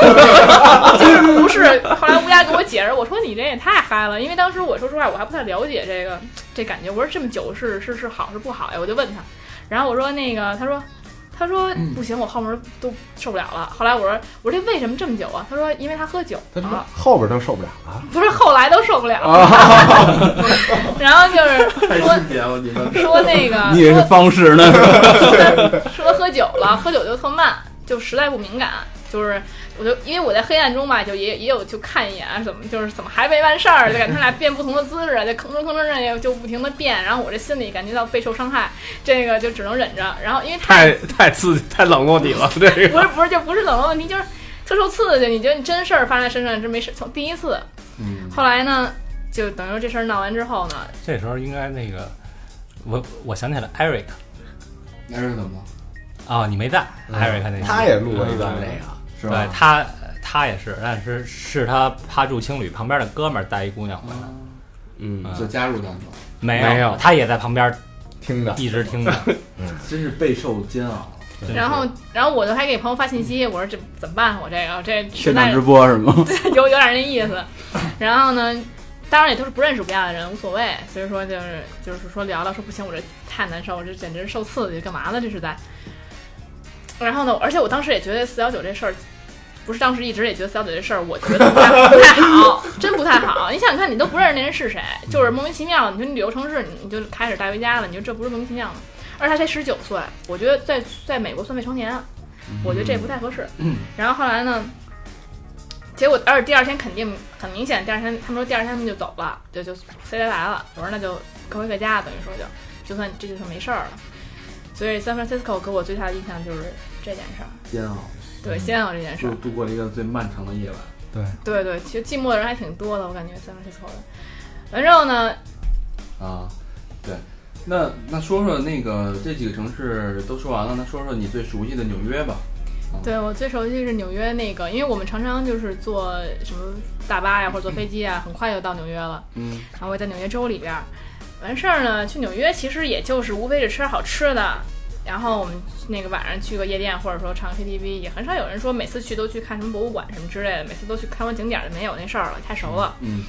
就是不是？后来乌鸦给我解释，我说你这也太嗨了，因为当时我说实话我还不太了解这个这感觉，我说这么久是是是好是不好呀？我就问他，然后我说那个，他说他说不行，我后面都受不了了。后来我说我说这为什么这么久啊？他说因为他喝酒他说了，后边都受不了了，不是后来都受不了了。 然后就是说别了，你们说 那个你也是说方式呢？说喝酒了，喝酒就特慢，就实在不敏感。就是我就因为我在黑暗中吧，就也也有去看一眼啊，怎么就是怎么还没完事儿，就感觉他俩变不同的姿势，啊就吭哧吭哧的也就不停的变，然后我这心里感觉到备受伤害，这个就只能忍着。然后因为他太太刺激，太冷落 你了，这个不是不是就不是冷漠问题，就是特受刺激，你觉得你真事儿发生在身上，真没事。从第一次，嗯，后来呢，就等于说这事儿闹完之后呢，这时候应该那个，我我想起了 Eric 那是怎么了？啊、你没在、嗯 Eric 那个，他也录过一段这个，是对哎吧？他他也是，但是是他他住青旅旁边的哥们儿带一姑娘回来，嗯嗯就加入他们了，没没有他也在旁边听着一 直听着，真是备受煎熬。真是然后然后我就还给朋友发信息，我说这怎么办？我这个这实现在场是直播是 吗？ 有有点那意思。然后呢，当然也都是不认识不亚的人，无所谓。所以说就是就是说聊聊说不行，我这太难受，我这简直是受刺激，干嘛呢？这是在。然后呢，而且我当时也觉得四幺九这事儿，不是当时一直也觉得四幺九这事儿，我觉得不太不太好，真不太好。你想想看，你都不认识那人是谁，就是莫名其妙，你说你旅游城市，你你就开始带回家了，你说这不是莫名其妙吗？而且他才十九岁，我觉得在在美国算未成年，我觉得这不太合适。嗯然后后来呢，结果而且第二天肯定很明显，第二天他们说第二天他们就走了，就就 C 来来了。我说那就各回各家，等于说就就算这就算没事儿了。所以 San Francisco 给我最大的印象就是这件事儿，煎啊熬，对，煎熬这件事就儿。度过了一个最漫长的夜晚。对对，其实寂寞的人还挺多的，我感觉 San Francisco 的。完之后呢，啊，对。那那说说那个这几个城市都说完了，那说说你最熟悉的纽约吧。对我最熟悉是纽约那个，因为我们常常就是坐什么大巴呀，或者坐飞机啊，很快就到纽约了。嗯，然后我在纽约州里边儿。完事儿呢，去纽约其实也就是无非是吃点好吃的，然后我们那个晚上去个夜店，或者说唱 KTV，也很少有人说每次去都去看什么博物馆什么之类的，每次都去看完景点儿就没有那事儿了，太熟了。嗯。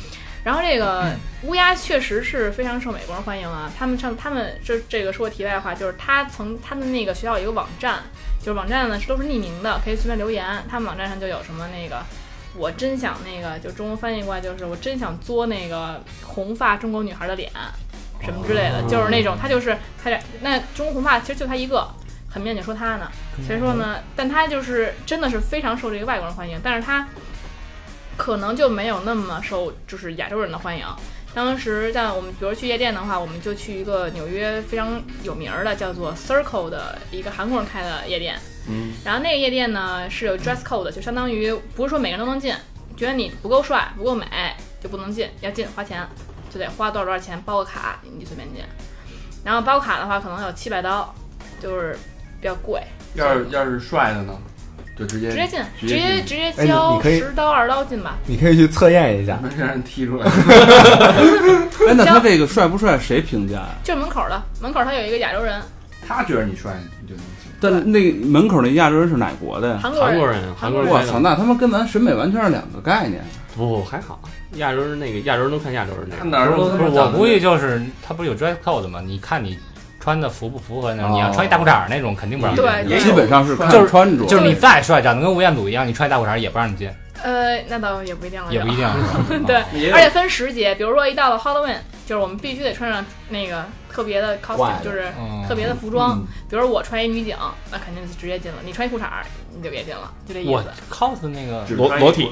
然后这个乌鸦确实是非常受美国人欢迎啊，他们上他们这这个说个题外话，就是他曾他们那个学校有一个网站，就是网站呢是都是匿名的，可以随便留言，他们网站上就有什么那个我真想那个，就中文翻译过来就是我真想作那个红发中国女孩的脸，什么之类的，就是那种她就是她这那中国红发其实就她一个，很明显就说她呢。所以说呢，但她就是真的是非常受这个外国人欢迎，但是她可能就没有那么受就是亚洲人的欢迎。当时在我们比如去夜店的话，我们就去一个纽约非常有名儿的叫做 Circle 的一个韩国人开的夜店。嗯，然后那个夜店呢是有 dress code 的，就相当于不是说每个人都能进，觉得你不够帅、不够美就不能进，要进花钱，就得花多少多少钱包个卡，你就随便进。然后包卡的话可能有七百刀，就是比较贵，要是要是帅的呢，就直接直接进，直直接接进直接哎你交你可以十刀二十刀进吧。你可以去测验一下，能让人踢出来。哎，那他这个帅不帅谁评价呀？就是门口的，门口他有一个亚洲人，他觉得你帅，你就能进。但那个门口那亚洲人是哪国的呀？韩国韩国人，人，韩国人我操，那他妈跟咱审美完全是两个概念。不不还好，亚洲人那个亚洲人都看亚洲人那他个，哪儿都不是我估计就是他不是有 dress code 吗？你看你穿的符不符合那哦种，你要穿一大裤�衩儿那种肯定不让你进。对，基本上是看就是穿着，就是你再帅，长得跟吴彦祖一样，你穿一大裤衩儿也不让你进，呃，那倒也不一定了，也不一 定。是吧对啊而且分时节，比如说一到了 Halloween，就是我们必须得穿上那个特别的 costume， Why？就是哦嗯特别的服装。比如说我穿一女警，那肯定是直接进了；你穿一裤衩儿，你就别进了，就这意我思。 cos 那个只裸穿一裸裤体，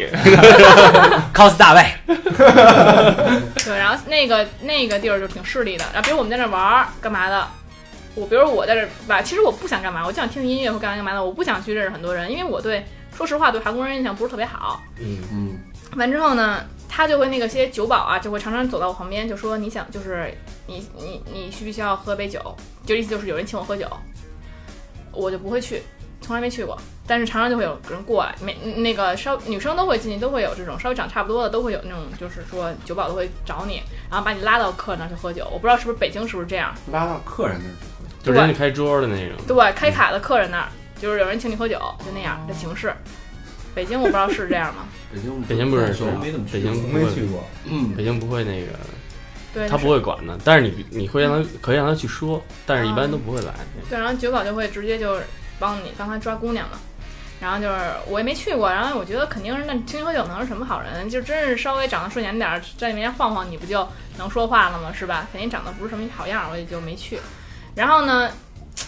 cos 大卫，对，然后那个那个地儿就挺势利的。然后比如我们在那玩儿干嘛的，我比如我在这吧，其实我不想干嘛，我就想听音乐或干嘛干嘛的，我不想去认识很多人，因为我对说实话对韩国人印象不是特别好。嗯，完之后呢，他就会那个些酒保啊，就会常常走到我旁边，就说你想就是你你你需不需要喝杯酒？就意思就是有人请我喝酒，我就不会去，从来没去过。但是常常就会有人过来，每那个稍女生都会进去，都会有这种稍微长差不多的，都会有那种就是说酒保都会找你，然后把你拉到客人那儿去喝酒。我不知道是不是北京是不是这样，拉到客人那儿去喝。就是人家开桌的那种。对，开卡的客人那儿就是有人请你喝酒，就那样的形式。北京我不知道是这样吗？北京北京不是熟，没怎么去北京不没会，去过，嗯，北京不会那个，对，他就是不会管的。但是你你会让他嗯可以让他去说，但是一般都不会来。对，然后酒保就会直接就是帮你帮他抓姑娘嘛。然后就是我也没去过，然后我觉得肯定是那清酒酒能是什么好人？就真是稍微长得顺眼点儿，在里面晃晃，你不就能说话了吗？是吧？肯定长得不是什么好样儿，我也就没去。然后呢，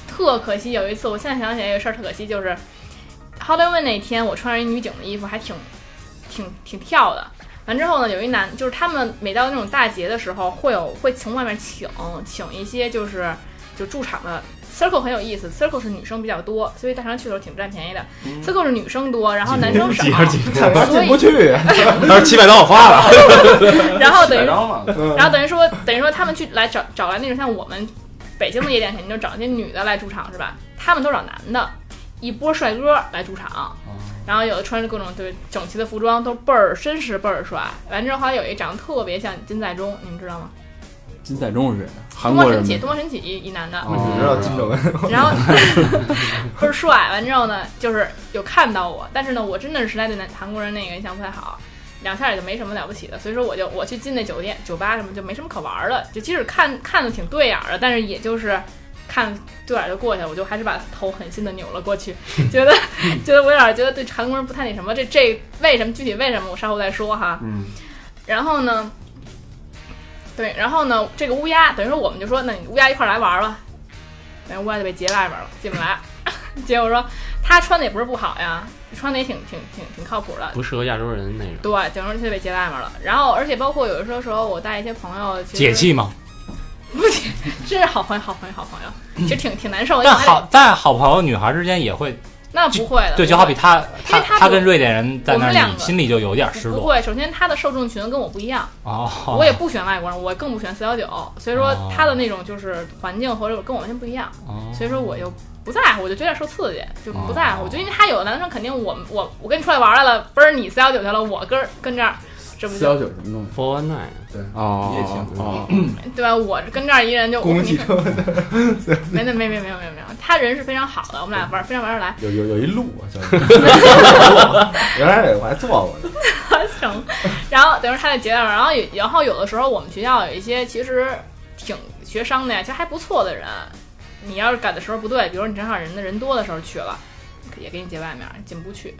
特可惜有一次，我现在想起来一个事儿，特可惜就是 Halloween 那天，我穿着一女警的衣服，还挺挺挺跳的。完之后呢，有一男，就是他们每到那种大节的时候，会有会从外面请请一些就是就驻场的 circle 很有意思，circle 是女生比较多，所以大常去的时候挺占便宜的。circle 嗯是女生多，然后男生少，所 进以不去，但是七百刀我花 了，然后等于嘛，嗯然后等于说，等于说他们去来找找来那种像我们北京的夜店，肯定就找那些女的来驻场是吧？他们都找男的，一波帅哥来驻场，哦然后有的穿着各种对整齐的服装，都倍儿绅士倍儿帅。完之后还有一长得特别像金在中，你们知道吗？金在中是谁？韩东国方神人起，吗？东方神起一一男的，哦你知道金正恩然后倍儿帅。完之后呢，就是有看到我，但是呢，我真的是实在对南韩国人那个印象不太好，两下也就没什么了不起的。所以说，我就我去进那酒店、酒吧什么就没什么可玩儿的，就即使看看的挺对眼儿的，但是也就是。看对眼儿就过去了，我就还是把头狠心的扭了过去，觉得觉得我有点儿觉得对韩国人不太那什么，这这为什么具体为什么我稍后再说哈。嗯，然后呢，对，然后呢，这个乌鸦等于说我们就说，那你乌鸦一块儿来玩儿吧。等于乌鸦就被截外边了，进不来。 结果说他穿的也不是不好呀，穿的也挺挺挺挺靠谱的。不适合亚洲人那种。对，等于说就被截外面了。然后，而且包括有的时候时候，我带一些朋友其实解，气嘛。 不解，真是好朋友，好朋友，好朋友，其实挺挺难受。因为但好，但好朋友女孩之间也会那不会的，对，就好比他因为他他他跟瑞典人在那我们两儿，个你心里就有点失不不落会。首先，他的受众群跟我不一样，哦。我也不选外国人，我更不选四幺九，所以说哦他的那种就是环境或者跟我完全不一样。哦所以说我就不在乎，我就觉得受刺激，就不在乎。我就因为他有的男生肯定我我我跟你出来玩来了，不是你四幺九去了，我跟跟这儿，这不四幺就九什么东西？ Four One Nine，哦，夜情哦，嗯对吧？我跟这儿一人就公共汽车没没没没没有没有没有，他人是非常好的，我们俩玩非常玩得来， 有有有一路，啊我叫你原来有我还坐过呢，成。然后等于他在结账，然后有然后有的时候我们学校有一些其实挺学商的呀，其实还不错的人，你要是赶的时候不对，比如你正好人的人多的时候去了，也给你截外面进不去。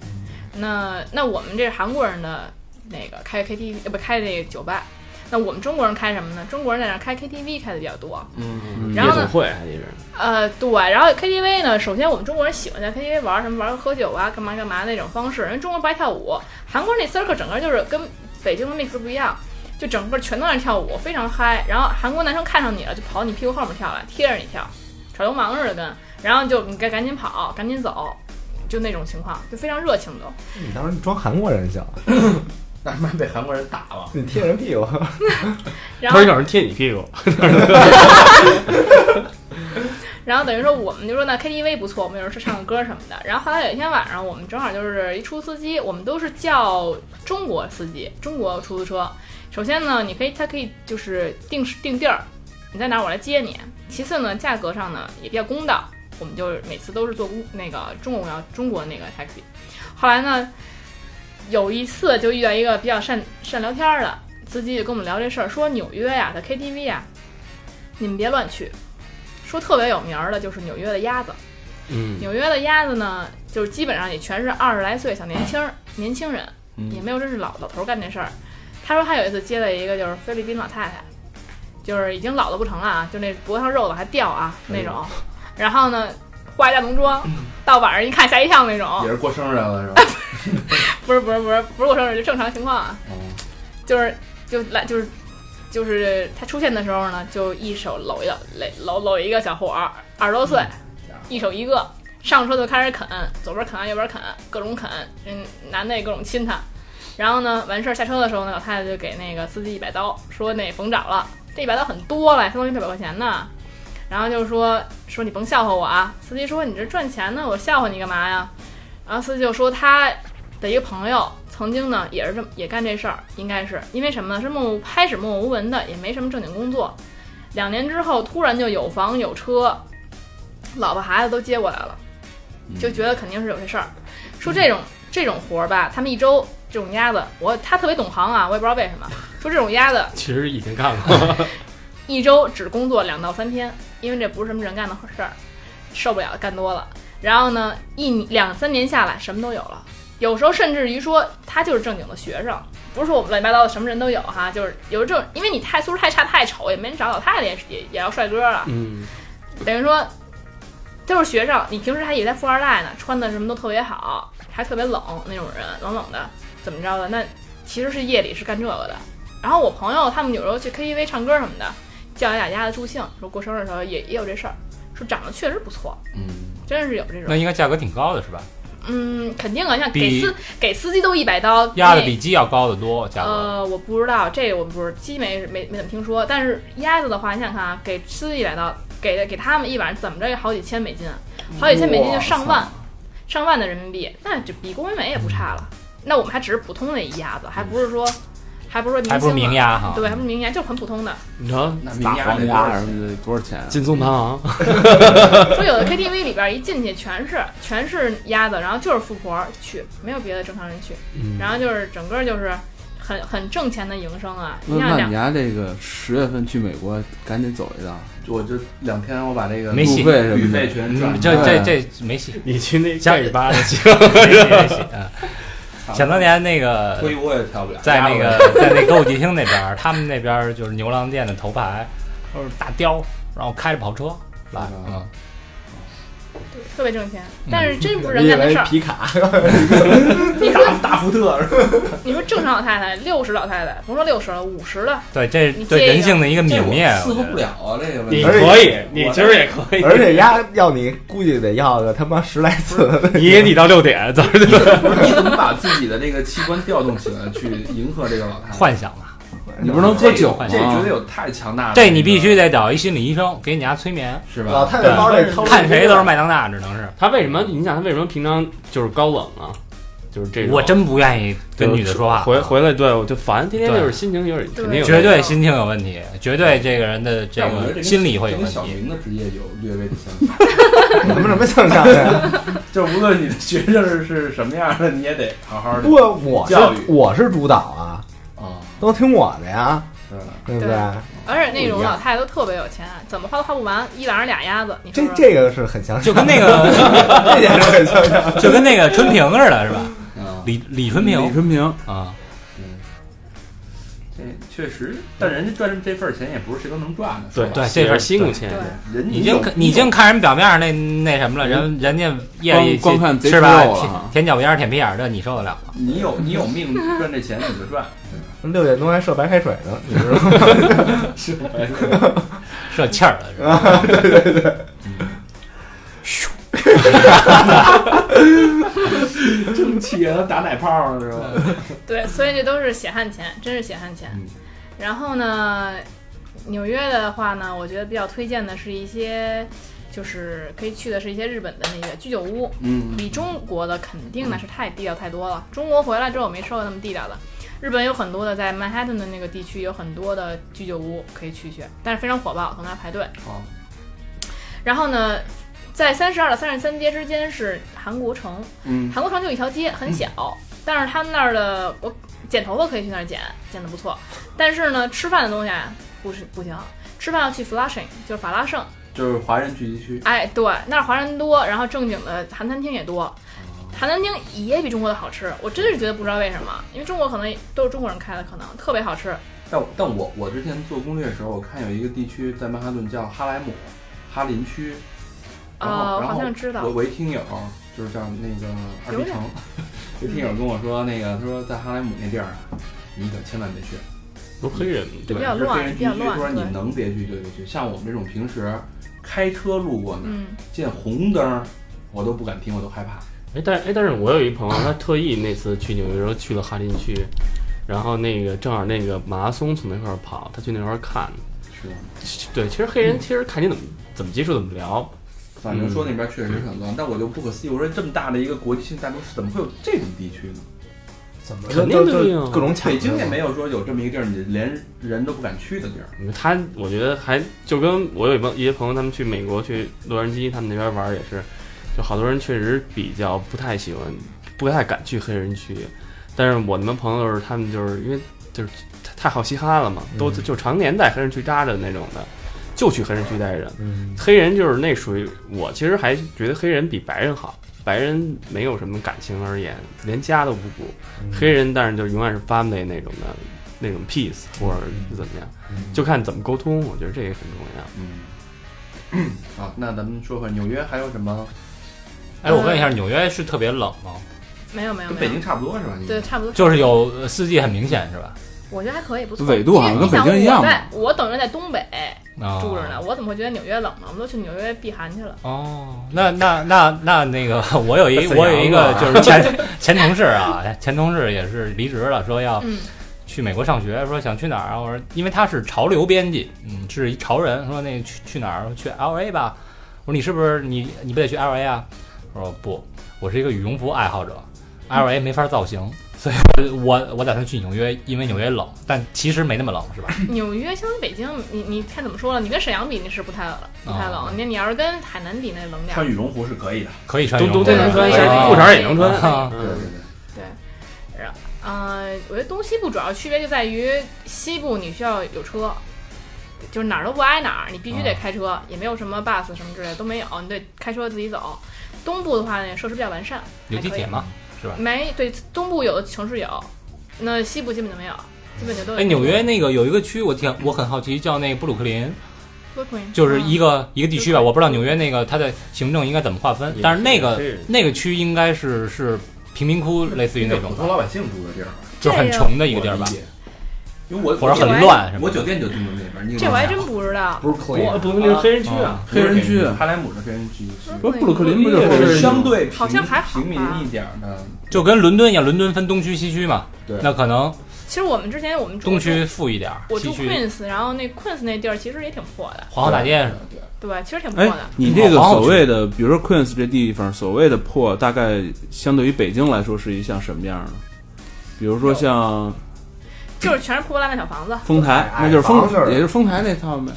那那我们这是韩国人的那个开 KTV 呃不开那个酒吧，那我们中国人开什么呢？中国人在那儿开 KTV 开的比较多，嗯然后夜呢总会还得是呃，对，然后 KTV 呢，首先我们中国人喜欢在 KTV 玩儿什么玩儿个喝酒啊，干嘛干嘛那种方式，人家中国人不爱跳舞，韩国那 circle 整个就是跟北京的 mix 不一样，就整个全都在跳舞，非常嗨。然后韩国男生看上你了，就跑你屁股后面跳来，贴着你跳，耍流氓似的跟，然后就你该赶紧跑，赶紧走，就那种情况，就非常热情都。你当时你装韩国人去了，那他妈被韩国人打了，你贴人屁股，然后有人贴你屁股，然后等于说我们就说那 KTV 不错，我们有时候去唱个歌什么的。然后后来有一天晚上，我们正好就是一出租司机，我们都是叫中国司机，中国出租车。首先呢，你可以它可以就是定时定地儿，你在哪儿我来接你。其次呢，价格上呢也比较公道，我们就是每次都是坐公那个中国公交中国那个 taxi。后来呢，有一次就遇到一个比较善善聊天儿的司机，就跟我们聊这事儿，说纽约呀、的 KTV 呀、你们别乱去。说特别有名儿的就是纽约的鸭子。嗯，纽约的鸭子呢，就是基本上也全是二十来岁小年轻儿年轻人，嗯也没有真是老老头儿干这事儿。他说他有一次接了一个就是菲律宾老太太，就是已经老的不成了啊，就那脖子上肉了还掉啊哎那种。然后呢，化一大浓妆，到晚上一看吓一跳那种。嗯也是过生日了是吧？不是不是不是不是我生日，就正常情况啊。哦就是就来就是就是他出现的时候呢，就一手搂一个搂搂一个小伙儿，二十多岁，嗯一手一个，上车就开始啃，左边啃啊右边啃，各种啃，嗯，男的也各种亲他。然后呢，完事儿下车的时候呢，老太太就给那个司机一百刀，说那逢找了，这一百刀很多了，相当于六百块钱呢。然后就说说你甭笑话我啊，司机说你这赚钱呢，我笑话你干嘛呀？然后司机就说他的一个朋友，曾经呢也是这么也干这事儿，应该是因为什么呢？是默默开始默默无闻的，也没什么正经工作。两年之后，突然就有房有车，老婆孩子都接过来了，就觉得肯定是有这事儿。说这种这种活儿吧，他们一周这种鸭子，我他特别懂行啊，我也不知道为什么。说这种鸭子其实已经干 过，一周只工作两到三天，因为这不是什么人干的事儿，受不了干多了。然后呢，一年两三年下来，什么都有了。有时候甚至于说他就是正经的学生，不是说我们乱七八糟的什么人都有哈，就是有这种，因为你太素质太差太丑，也没人找老太太也也也要帅哥啊。嗯，等于说都是学生，你平时还以为他富二代呢，穿的什么都特别好，还特别冷那种人，冷冷的，怎么着的？那其实是夜里是干这个的。然后我朋友他们有时候去 KTV 唱歌什么的，叫人俩家的助兴，说过生日的时候也也有这事儿，说长得确实不错，嗯，真是有这那种。应该价格挺高的是吧？嗯，肯定啊，像给比司给司机都一百刀，压的那比鸡要高得多，价格。呃，我不知道这个，我不是鸡没没没怎么听说，但是鸭子的话，你想看啊，给吃一百刀，给给他们一晚上怎么着也好几千美金，啊好几千美金就上万，上万的人民币，那这比工美美也不差了。那我们还只是普通的一鸭子，还不是说，还不是说明星还不是名嘛鸭哈对，还不是名鸭，就是很普通的。你瞧，那大黄鸭什么的多少钱啊？金松盘昂，说有的 KTV 里边一进去全是全是鸭子，然后就是富婆去，没有别的正常人去，嗯然后就是整个就是很很挣钱的营生啊。你想那想你，家这个十月份去美国，赶紧走一趟，我这两天我把这个没戏路费什旅么费的。全转这这这没戏，哎你去那下下雨雨吧吧的戏，没戏。嗯想当年那个推我也跳不了，在那个在那歌舞伎町那边儿，他们那边儿就是牛郎店的头牌都是大貂，然后开着跑车来，嗯，特别挣钱，嗯但是真不是人你以干的为事儿。皮卡你说大大福特是吧？你说正常老太太，六十老太太，甭说六十了，五十的，对，这你是介对意人性的一个泯灭。伺我候觉不得了啊，这个问你题。可以，你今儿也可 以，而且丫要你估计得要个他妈十来 次，你也得到六点， 早上就不是你怎么把自己的这个器官调动起来去迎合这个老太太？幻想啊嘛，你不是能喝这酒这吗？绝对有太强大的，这你必须得找一心理医生给你家催眠，啊是 老吧？太太包里掏出看谁都是麦当娜，只能是。他为什么？你想他为什么平常就是高冷啊？就是这种，我真不愿意跟女的说话，回回来对我就烦，天天对就是心情有点肯定有绝对心情有问题，绝对这个人的这但我觉得个跟心理会有这问跟小题。明的职业有略微的相似，什么什么相上呀？就是无论你的学生是什么样的，你也得好好的 不，我是教育我是主导啊，啊，都听我的呀，对吧对不对对？而且那种老太太都特别有钱，怎么花都花不完，一晚上俩鸭子，你说这说。这个是很相就像，跟 那个这件事很相像。就跟那个春平似的，是吧？啊，李李春平李春平，啊，嗯，这确实，但人家赚这份儿钱也不是谁都能赚的，对是吧对这是辛苦钱对，人你已经你已经看人表面儿那那什么了，人人家夜里嗯光光看贼是吧？吃肉了舔哈舔脚边儿舔屁眼儿，这你受得了吗？你有你有命赚这钱你就赚， 六点钟还射白开水呢，你知道吗？是吧？哎受气儿了是吧？正气啊，打奶泡了是吧？对，所以这都是血汗钱，真是血汗钱。嗯然后呢，纽约的话呢，我觉得比较推荐的是一些，就是可以去的是一些日本的那个居酒屋，嗯，比中国的肯定那是太地道太多了。中国回来之后没吃过那么地道的。日本有很多的在曼哈顿的那个地区有很多的居酒屋可以去去，但是非常火爆，从那儿排队。好，然后呢，在三十二到三十三街之间是韩国城，嗯，韩国城就一条街，很小，但是他们那儿的我剪头发可以去那儿剪，剪的不错。但是呢，吃饭的东西啊不是不行，吃饭要去 Flushing，就是法拉盛。就是华人聚集区，哎，对，那儿华人多，然后正经的韩餐厅也多，韩餐厅也比中国的好吃。我真是觉得不知道为什么，因为中国可能都是中国人开的，可能特别好吃。但我但我我之前做攻略的时候，我看有一个地区在曼哈顿叫哈莱姆，哈林区。然后呃，我哦然后好像知道我，我一听友就是叫那个二逼城， 一听友跟我说那个，他说在哈莱姆那地儿啊，你可千万别去，都黑人，对，比较就是乱黑人聚比较集区乱说你对能别去就别去，像我们这种平时开车路过那儿嗯，见红灯儿，我都不敢停，我都害怕。哎，但哎，但是我有一朋友，他特意那次去纽约的时候去了哈林区，然后那个正好那个马拉松从那块儿跑，他去那块儿看。是的，对，其实黑人其实看你怎么怎么接触，怎么聊。反正说那边确实很乱，但我就不可思议，我说这么大的一个国际性大都市，怎么会有这种地区呢？怎么肯定就的就呀就各种抢？北京也没有说有这么一个地儿，你连人都不敢去的地儿。他我觉得还就跟我有一帮一些朋友，他们去美国去洛杉矶，他们那边玩儿也是，就好多人确实比较不太喜欢，不太敢去黑人区。但是我那帮朋友是他们就是因为就是太太好嘻哈了嘛，都就常年在黑人区扎着那种的，就去黑人区待着。嗯，黑人就是那属于我，其实还觉得黑人比白人好，白人没有什么感情而言，连家都不顾。黑人但是就永远是 family 那种的，那种 peace 或者是怎么样，就看怎么沟通，我觉得这个很重要。嗯，啊，那咱们说说纽约还有什么？哎，我问一下，纽约是特别冷吗？没有没有跟没北有京，差不多是吧？你对，差不多。就是有呃四季很明显是吧？我觉得还可以，不错。纬度好像跟北京一样因为你吧想我在我等着在东北啊，住着呢，我怎么会觉得纽约冷呢？我们都去纽约避寒去了。哦，那那那那那个， 我有一沈我有一阳个啊就是前前同事啊，前同事也是离职了，说要嗯，去美国上学，说想去哪儿啊？我说，因为他是潮流编辑，嗯，是一潮人，说那去去哪儿？去 L A 吧。我说你是不是你你不得去 L A 啊？我说不，我是一个羽绒服爱好者，L A 没法造型，所以我我我打算去纽约，因为纽约冷，但其实没那么冷，是吧？纽约相比北京，你你看怎么说了？你跟沈阳比，那是不太冷，不太哦冷。你你要是跟海南比，那冷点儿穿。羽绒服是可以的。可以穿羽冬绒冬服啊天能穿，对的，对哎对裤衩也能穿。啊对对对，呃，我觉得东西部主要区别就在于西部你需要有车，就是哪儿都不挨哪儿，你必须啊得开车，也没有什么 bus 什么之类的都没有，你得开车自己走。东部的话呢，设施比较完善，有地铁吗？没对东部有的城市有，那西部基本就没有，基本就都有。哎，纽约那个有一个区，我挺我很好奇，叫那个布鲁克林， Brooklyn，就是一嗯个、一个地区吧，就是我不知道纽约那个它的行政应该怎么划分，但是那个也是那个区应该是是贫民窟，类似于那种普，通老百姓住的地儿吧，就是很穷的一个地儿吧我理，解。因为我或者很乱什么我的。酒店就住那边，你这我还真不知道。不是可以我不是黑人区啊，黑人区哈莱姆是黑人区，不是布鲁克林不就对是相对平好像还好吧平民一点的，就跟伦敦一样，伦敦分东区西区嘛对，那可能其实我们之前我们住东区富一点，我西住区 Queens，然后那 Queens 那地儿其实也挺破的，皇后大街是对，对，其实挺破哎的。，你这个所谓的，比如说 Queens 这地方所谓的破，大概相对于北京来说是一像什么样的？比如说像就是全是破破烂烂小房子，丰台，矮那就是丰房子，也就是丰台那套呗，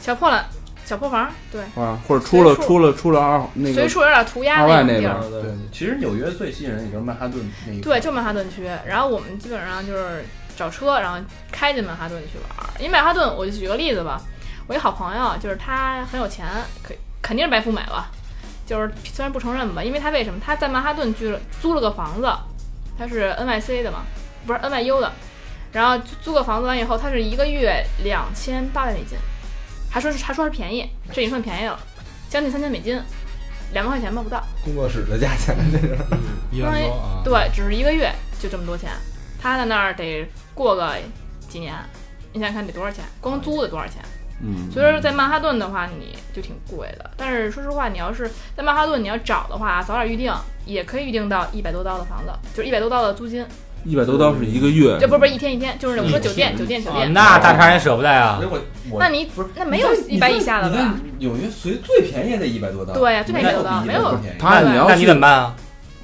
小破烂小破房，对，啊，或者出了随处出了出了二那随个处有点涂鸦二外种那地边儿儿。，啊对，其实纽约最吸引人也就是曼哈顿那一块对，就曼哈顿区。然后我们基本上就是找车，然后开进曼哈顿去玩儿。因为曼哈顿，我就举个例子吧，我一好朋友，就是他很有钱，肯肯定是白富美了。就是虽然不承认吧，因为他为什么他在曼哈顿居了租了个房子，他是 NYC 的嘛，不是 NYU 的，然后租个房子完以后，他是一个月两千八百美金，还说是还说是便宜，这已经算便宜了，将近三千美金，两万块钱吧不到。工作室的价钱那是。一万多啊，对，只是一个月就这么多钱，他在那儿得过个几年，你想想看得多少钱？光租得多少钱？嗯，所以说在曼哈顿的话，你就挺贵的。但是说实话，你要是在曼哈顿你要找的话，早点预定也可以预定到一百多刀的房子，就是一百多刀的租金，一百多刀是一个月，这不是不是一天一天，就是我说酒店酒店酒啊店。那大肠也舍不得啊所以。我我那你那没有一百以下的吧？？纽约随最便宜也得一百多刀，对呀最便宜没一百多刀比没有100多便宜他你哦要那你去怎么办啊？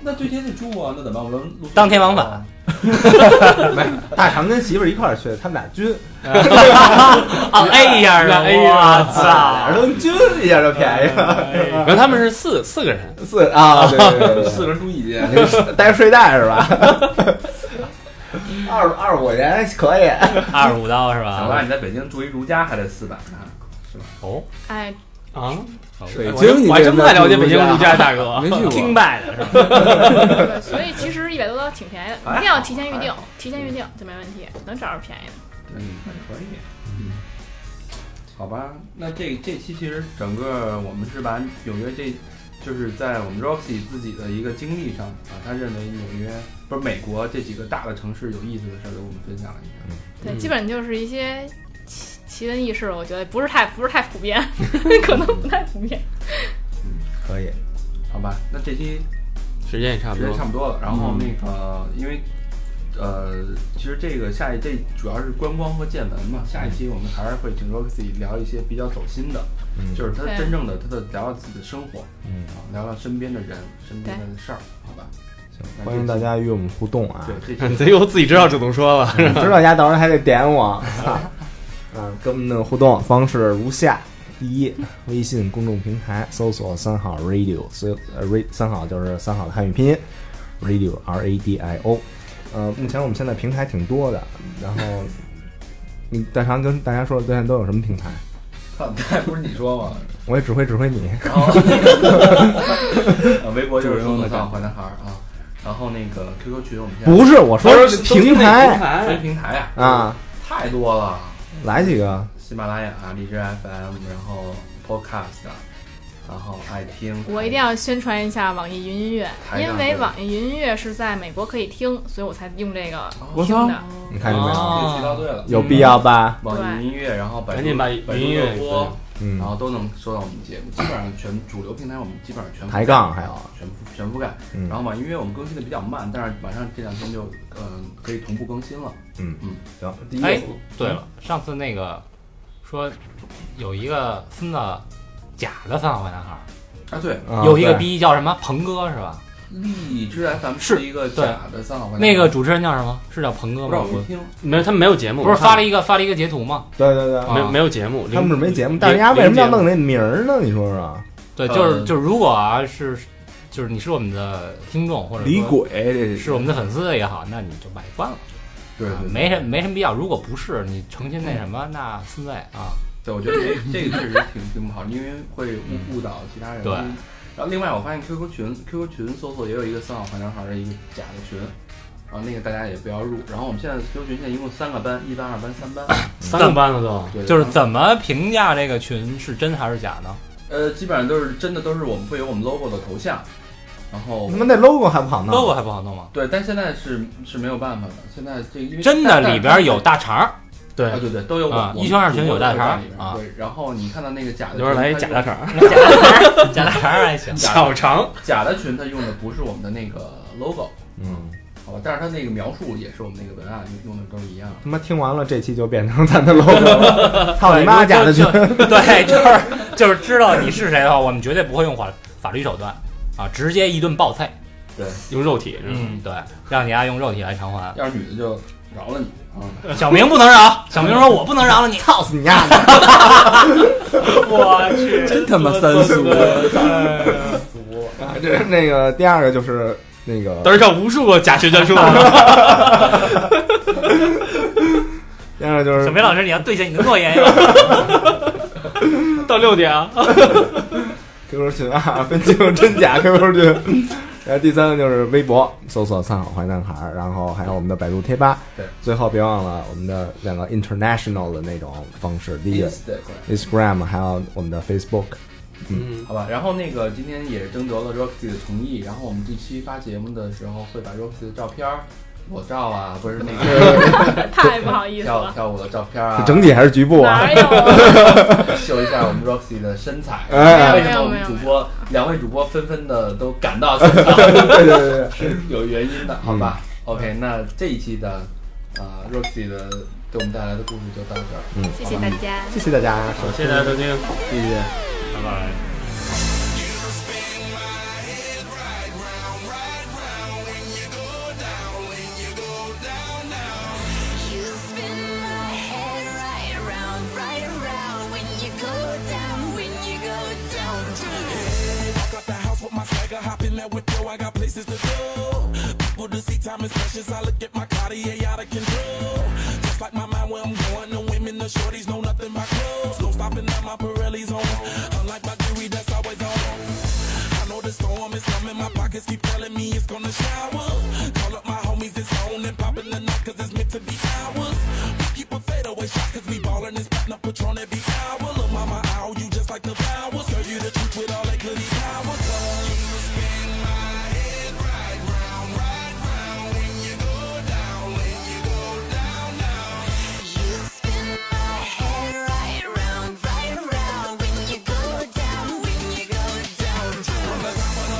那对接得住啊，那怎么办？我能当天往返，没，大长跟媳妇儿一块儿去，他们俩均，啊，A 一下啊，哎我呀 啊俩操！人都均一下就便宜了，然后他们是四四个人， 四啊，对对对对哦四个人住一间，你是带睡袋是吧？二二十五元可以，二十五刀 是小大吧？你在北京住一如家还得四百呢， 哦，哎，啊，北我京，还我还真不太了解北京物价价格，没去过听拜的是吧？对，所以其实一百多刀挺便宜的，一定要提前预定，提前预定就没问题，能找着便宜的。嗯，那可以，嗯，好吧，那这这期其实整个我们是把纽约这，就是在我们 Roxy 自己的一个经历上啊，他认为纽约不是美国这几个大的城市有意思的事儿，给我们分享了一下。对，嗯基本就是一些奇奇闻异事，我觉得不是太不是太普 遍，可能不太普遍。可以，好吧，那这期时间也差不时多间，差不多了。然后那个，因为呃，其实这个下一这主要是观光和见闻嘛。下一期我们还是会请 Roxy 聊一些比较走心的，嗯就是他对真正的他的聊聊自己的生活，嗯啊，聊聊身边的人、身边的事儿，好吧？行，欢迎大家与我们互动啊！对，这 期得我自己知道怎么说了。 知道家到时候还得点我， 嗯，跟我们的互动方式如下：第一，微信公众平台搜索“三好 radio”，搜呃 r 三好就是三好的汉语拼音，radio r a d i o。呃，目前我们现在平台挺多的，然后 你大常跟大家说，现在都有什么平台？操，那不是你说吗？我也指挥指挥你。然后，呃微博就是说的上坏男孩儿啊。然后那个 QQ 群，我们现在 不是，我说是平台所以平台呀，啊，太多了。来几个啊喜马拉雅、荔枝 FM，然后啊 Podcast，然后爱听。我一定要宣传一下网易云音乐，台长因为对网易云音乐是在美国可以听，所以我才用这个我听操的。 你看见没有？这提到对了，有必要吧？网易云音乐，然后百度赶紧把百度音乐热播，嗯然，后都能收到我们节目，基本上全主流平台我们基本上全覆盖抬杠还有啊全覆全覆盖。嗯然后网易云音乐我们更新的比较慢，但是马上这两天就嗯可以同步更新了。嗯嗯行，第一哎个，对了，上次那个说有一个孙子假的三好坏男孩儿，啊，对，啊有一个对逼叫什么鹏哥是吧？荔枝 FM 是一个假的三好坏男孩那个主持人叫什么？是叫鹏哥不知吗道？我没听，没有，他们没有节目，不是我看发了一个发了一个截图吗？对对对，啊没没有节目，他们是没节目，但是人零家为什么要弄那名儿呢？你说说，对，就是呃就是如果啊是就是你是我们的听众或者说李鬼，这是我们的粉丝也好，那你就把你关了，对啊对，没什没什么必要。如果不是你诚心那什么，那孙子啊，对，我觉得这这个确实挺挺不好，因为会误误导其他人。对然后另外我发现 QQ 群，QQ 群搜索也有一个三好坏男孩的一个假的群，然后那个大家也不要入。然后我们现在 QQ 群现在一共三个班，一班、二班、三班。三个班了都。对，就是然后怎么评价这个群是真还是假呢？呃，基本上都是真的，都是我们会有我们 logo 的头像，然后他妈那 logo 还不好弄 logo 还不好弄吗？对，但现在是是没有办法的，现在这因为真的但但里边有大肠儿，啊，对，对对，都有我啊我们一圈二群有大肠我们都在里边啊对，然后你看到那个假的里边来一群假它用大肠儿， 那假大肠儿假大肠儿还行。假 小肠，假的群，它用的不是我们的那个 logo，嗯，好吧，但是它那个描述也是我们那个文案用的都是一样的。他妈听完了这期就变成咱的 logo 了，哦操你妈假的去就！就对， 就是就是知道你是谁的话，我们绝对不会用法法律手段啊，直接一顿暴菜。用肉体，是吧嗯，对，让你啊用肉体来偿还。要是女的就饶了你啊！呃小明不能饶，小明说我不能饶了 你。操死你丫！我去， 真他妈三俗！啊这那个第二个就是那个嘚儿上无数个假学战术，啊第二个就是 小明老师，你要兑现你的诺言呀！ 到六点啊， QQ 群啊， 分清真假 QQ 群。然后第三个就是微博，搜索“三好坏男孩儿”，然后还有我们的百度贴吧。对，最后别忘了我们的两个 international 的那种方式，第哎一个 Instagram Instagram，还有我们的 Facebook。嗯，好吧，然后那个今天也征得了 Roxy 的同意，然后我们这期发节目的时候会把 Roxy 的照片儿、裸照啊，不是那 个太不好意思跳了，跳舞的照片啊，整体还是局部啊？哪有啊？秀一下我们 Roxy 的身材。哎为什么我们主播两位主播纷纷的都赶到现场？ 对对对对，嗯是有原因的，好吧、o k 那这一期的呃 Roxy 的给我们带来的故事就到这儿。谢谢大家。谢谢大家。谢谢大家收听。 You spin my head right around, right around when you go down, when you go down. You spin my head right around, right around when you go down, when you go down.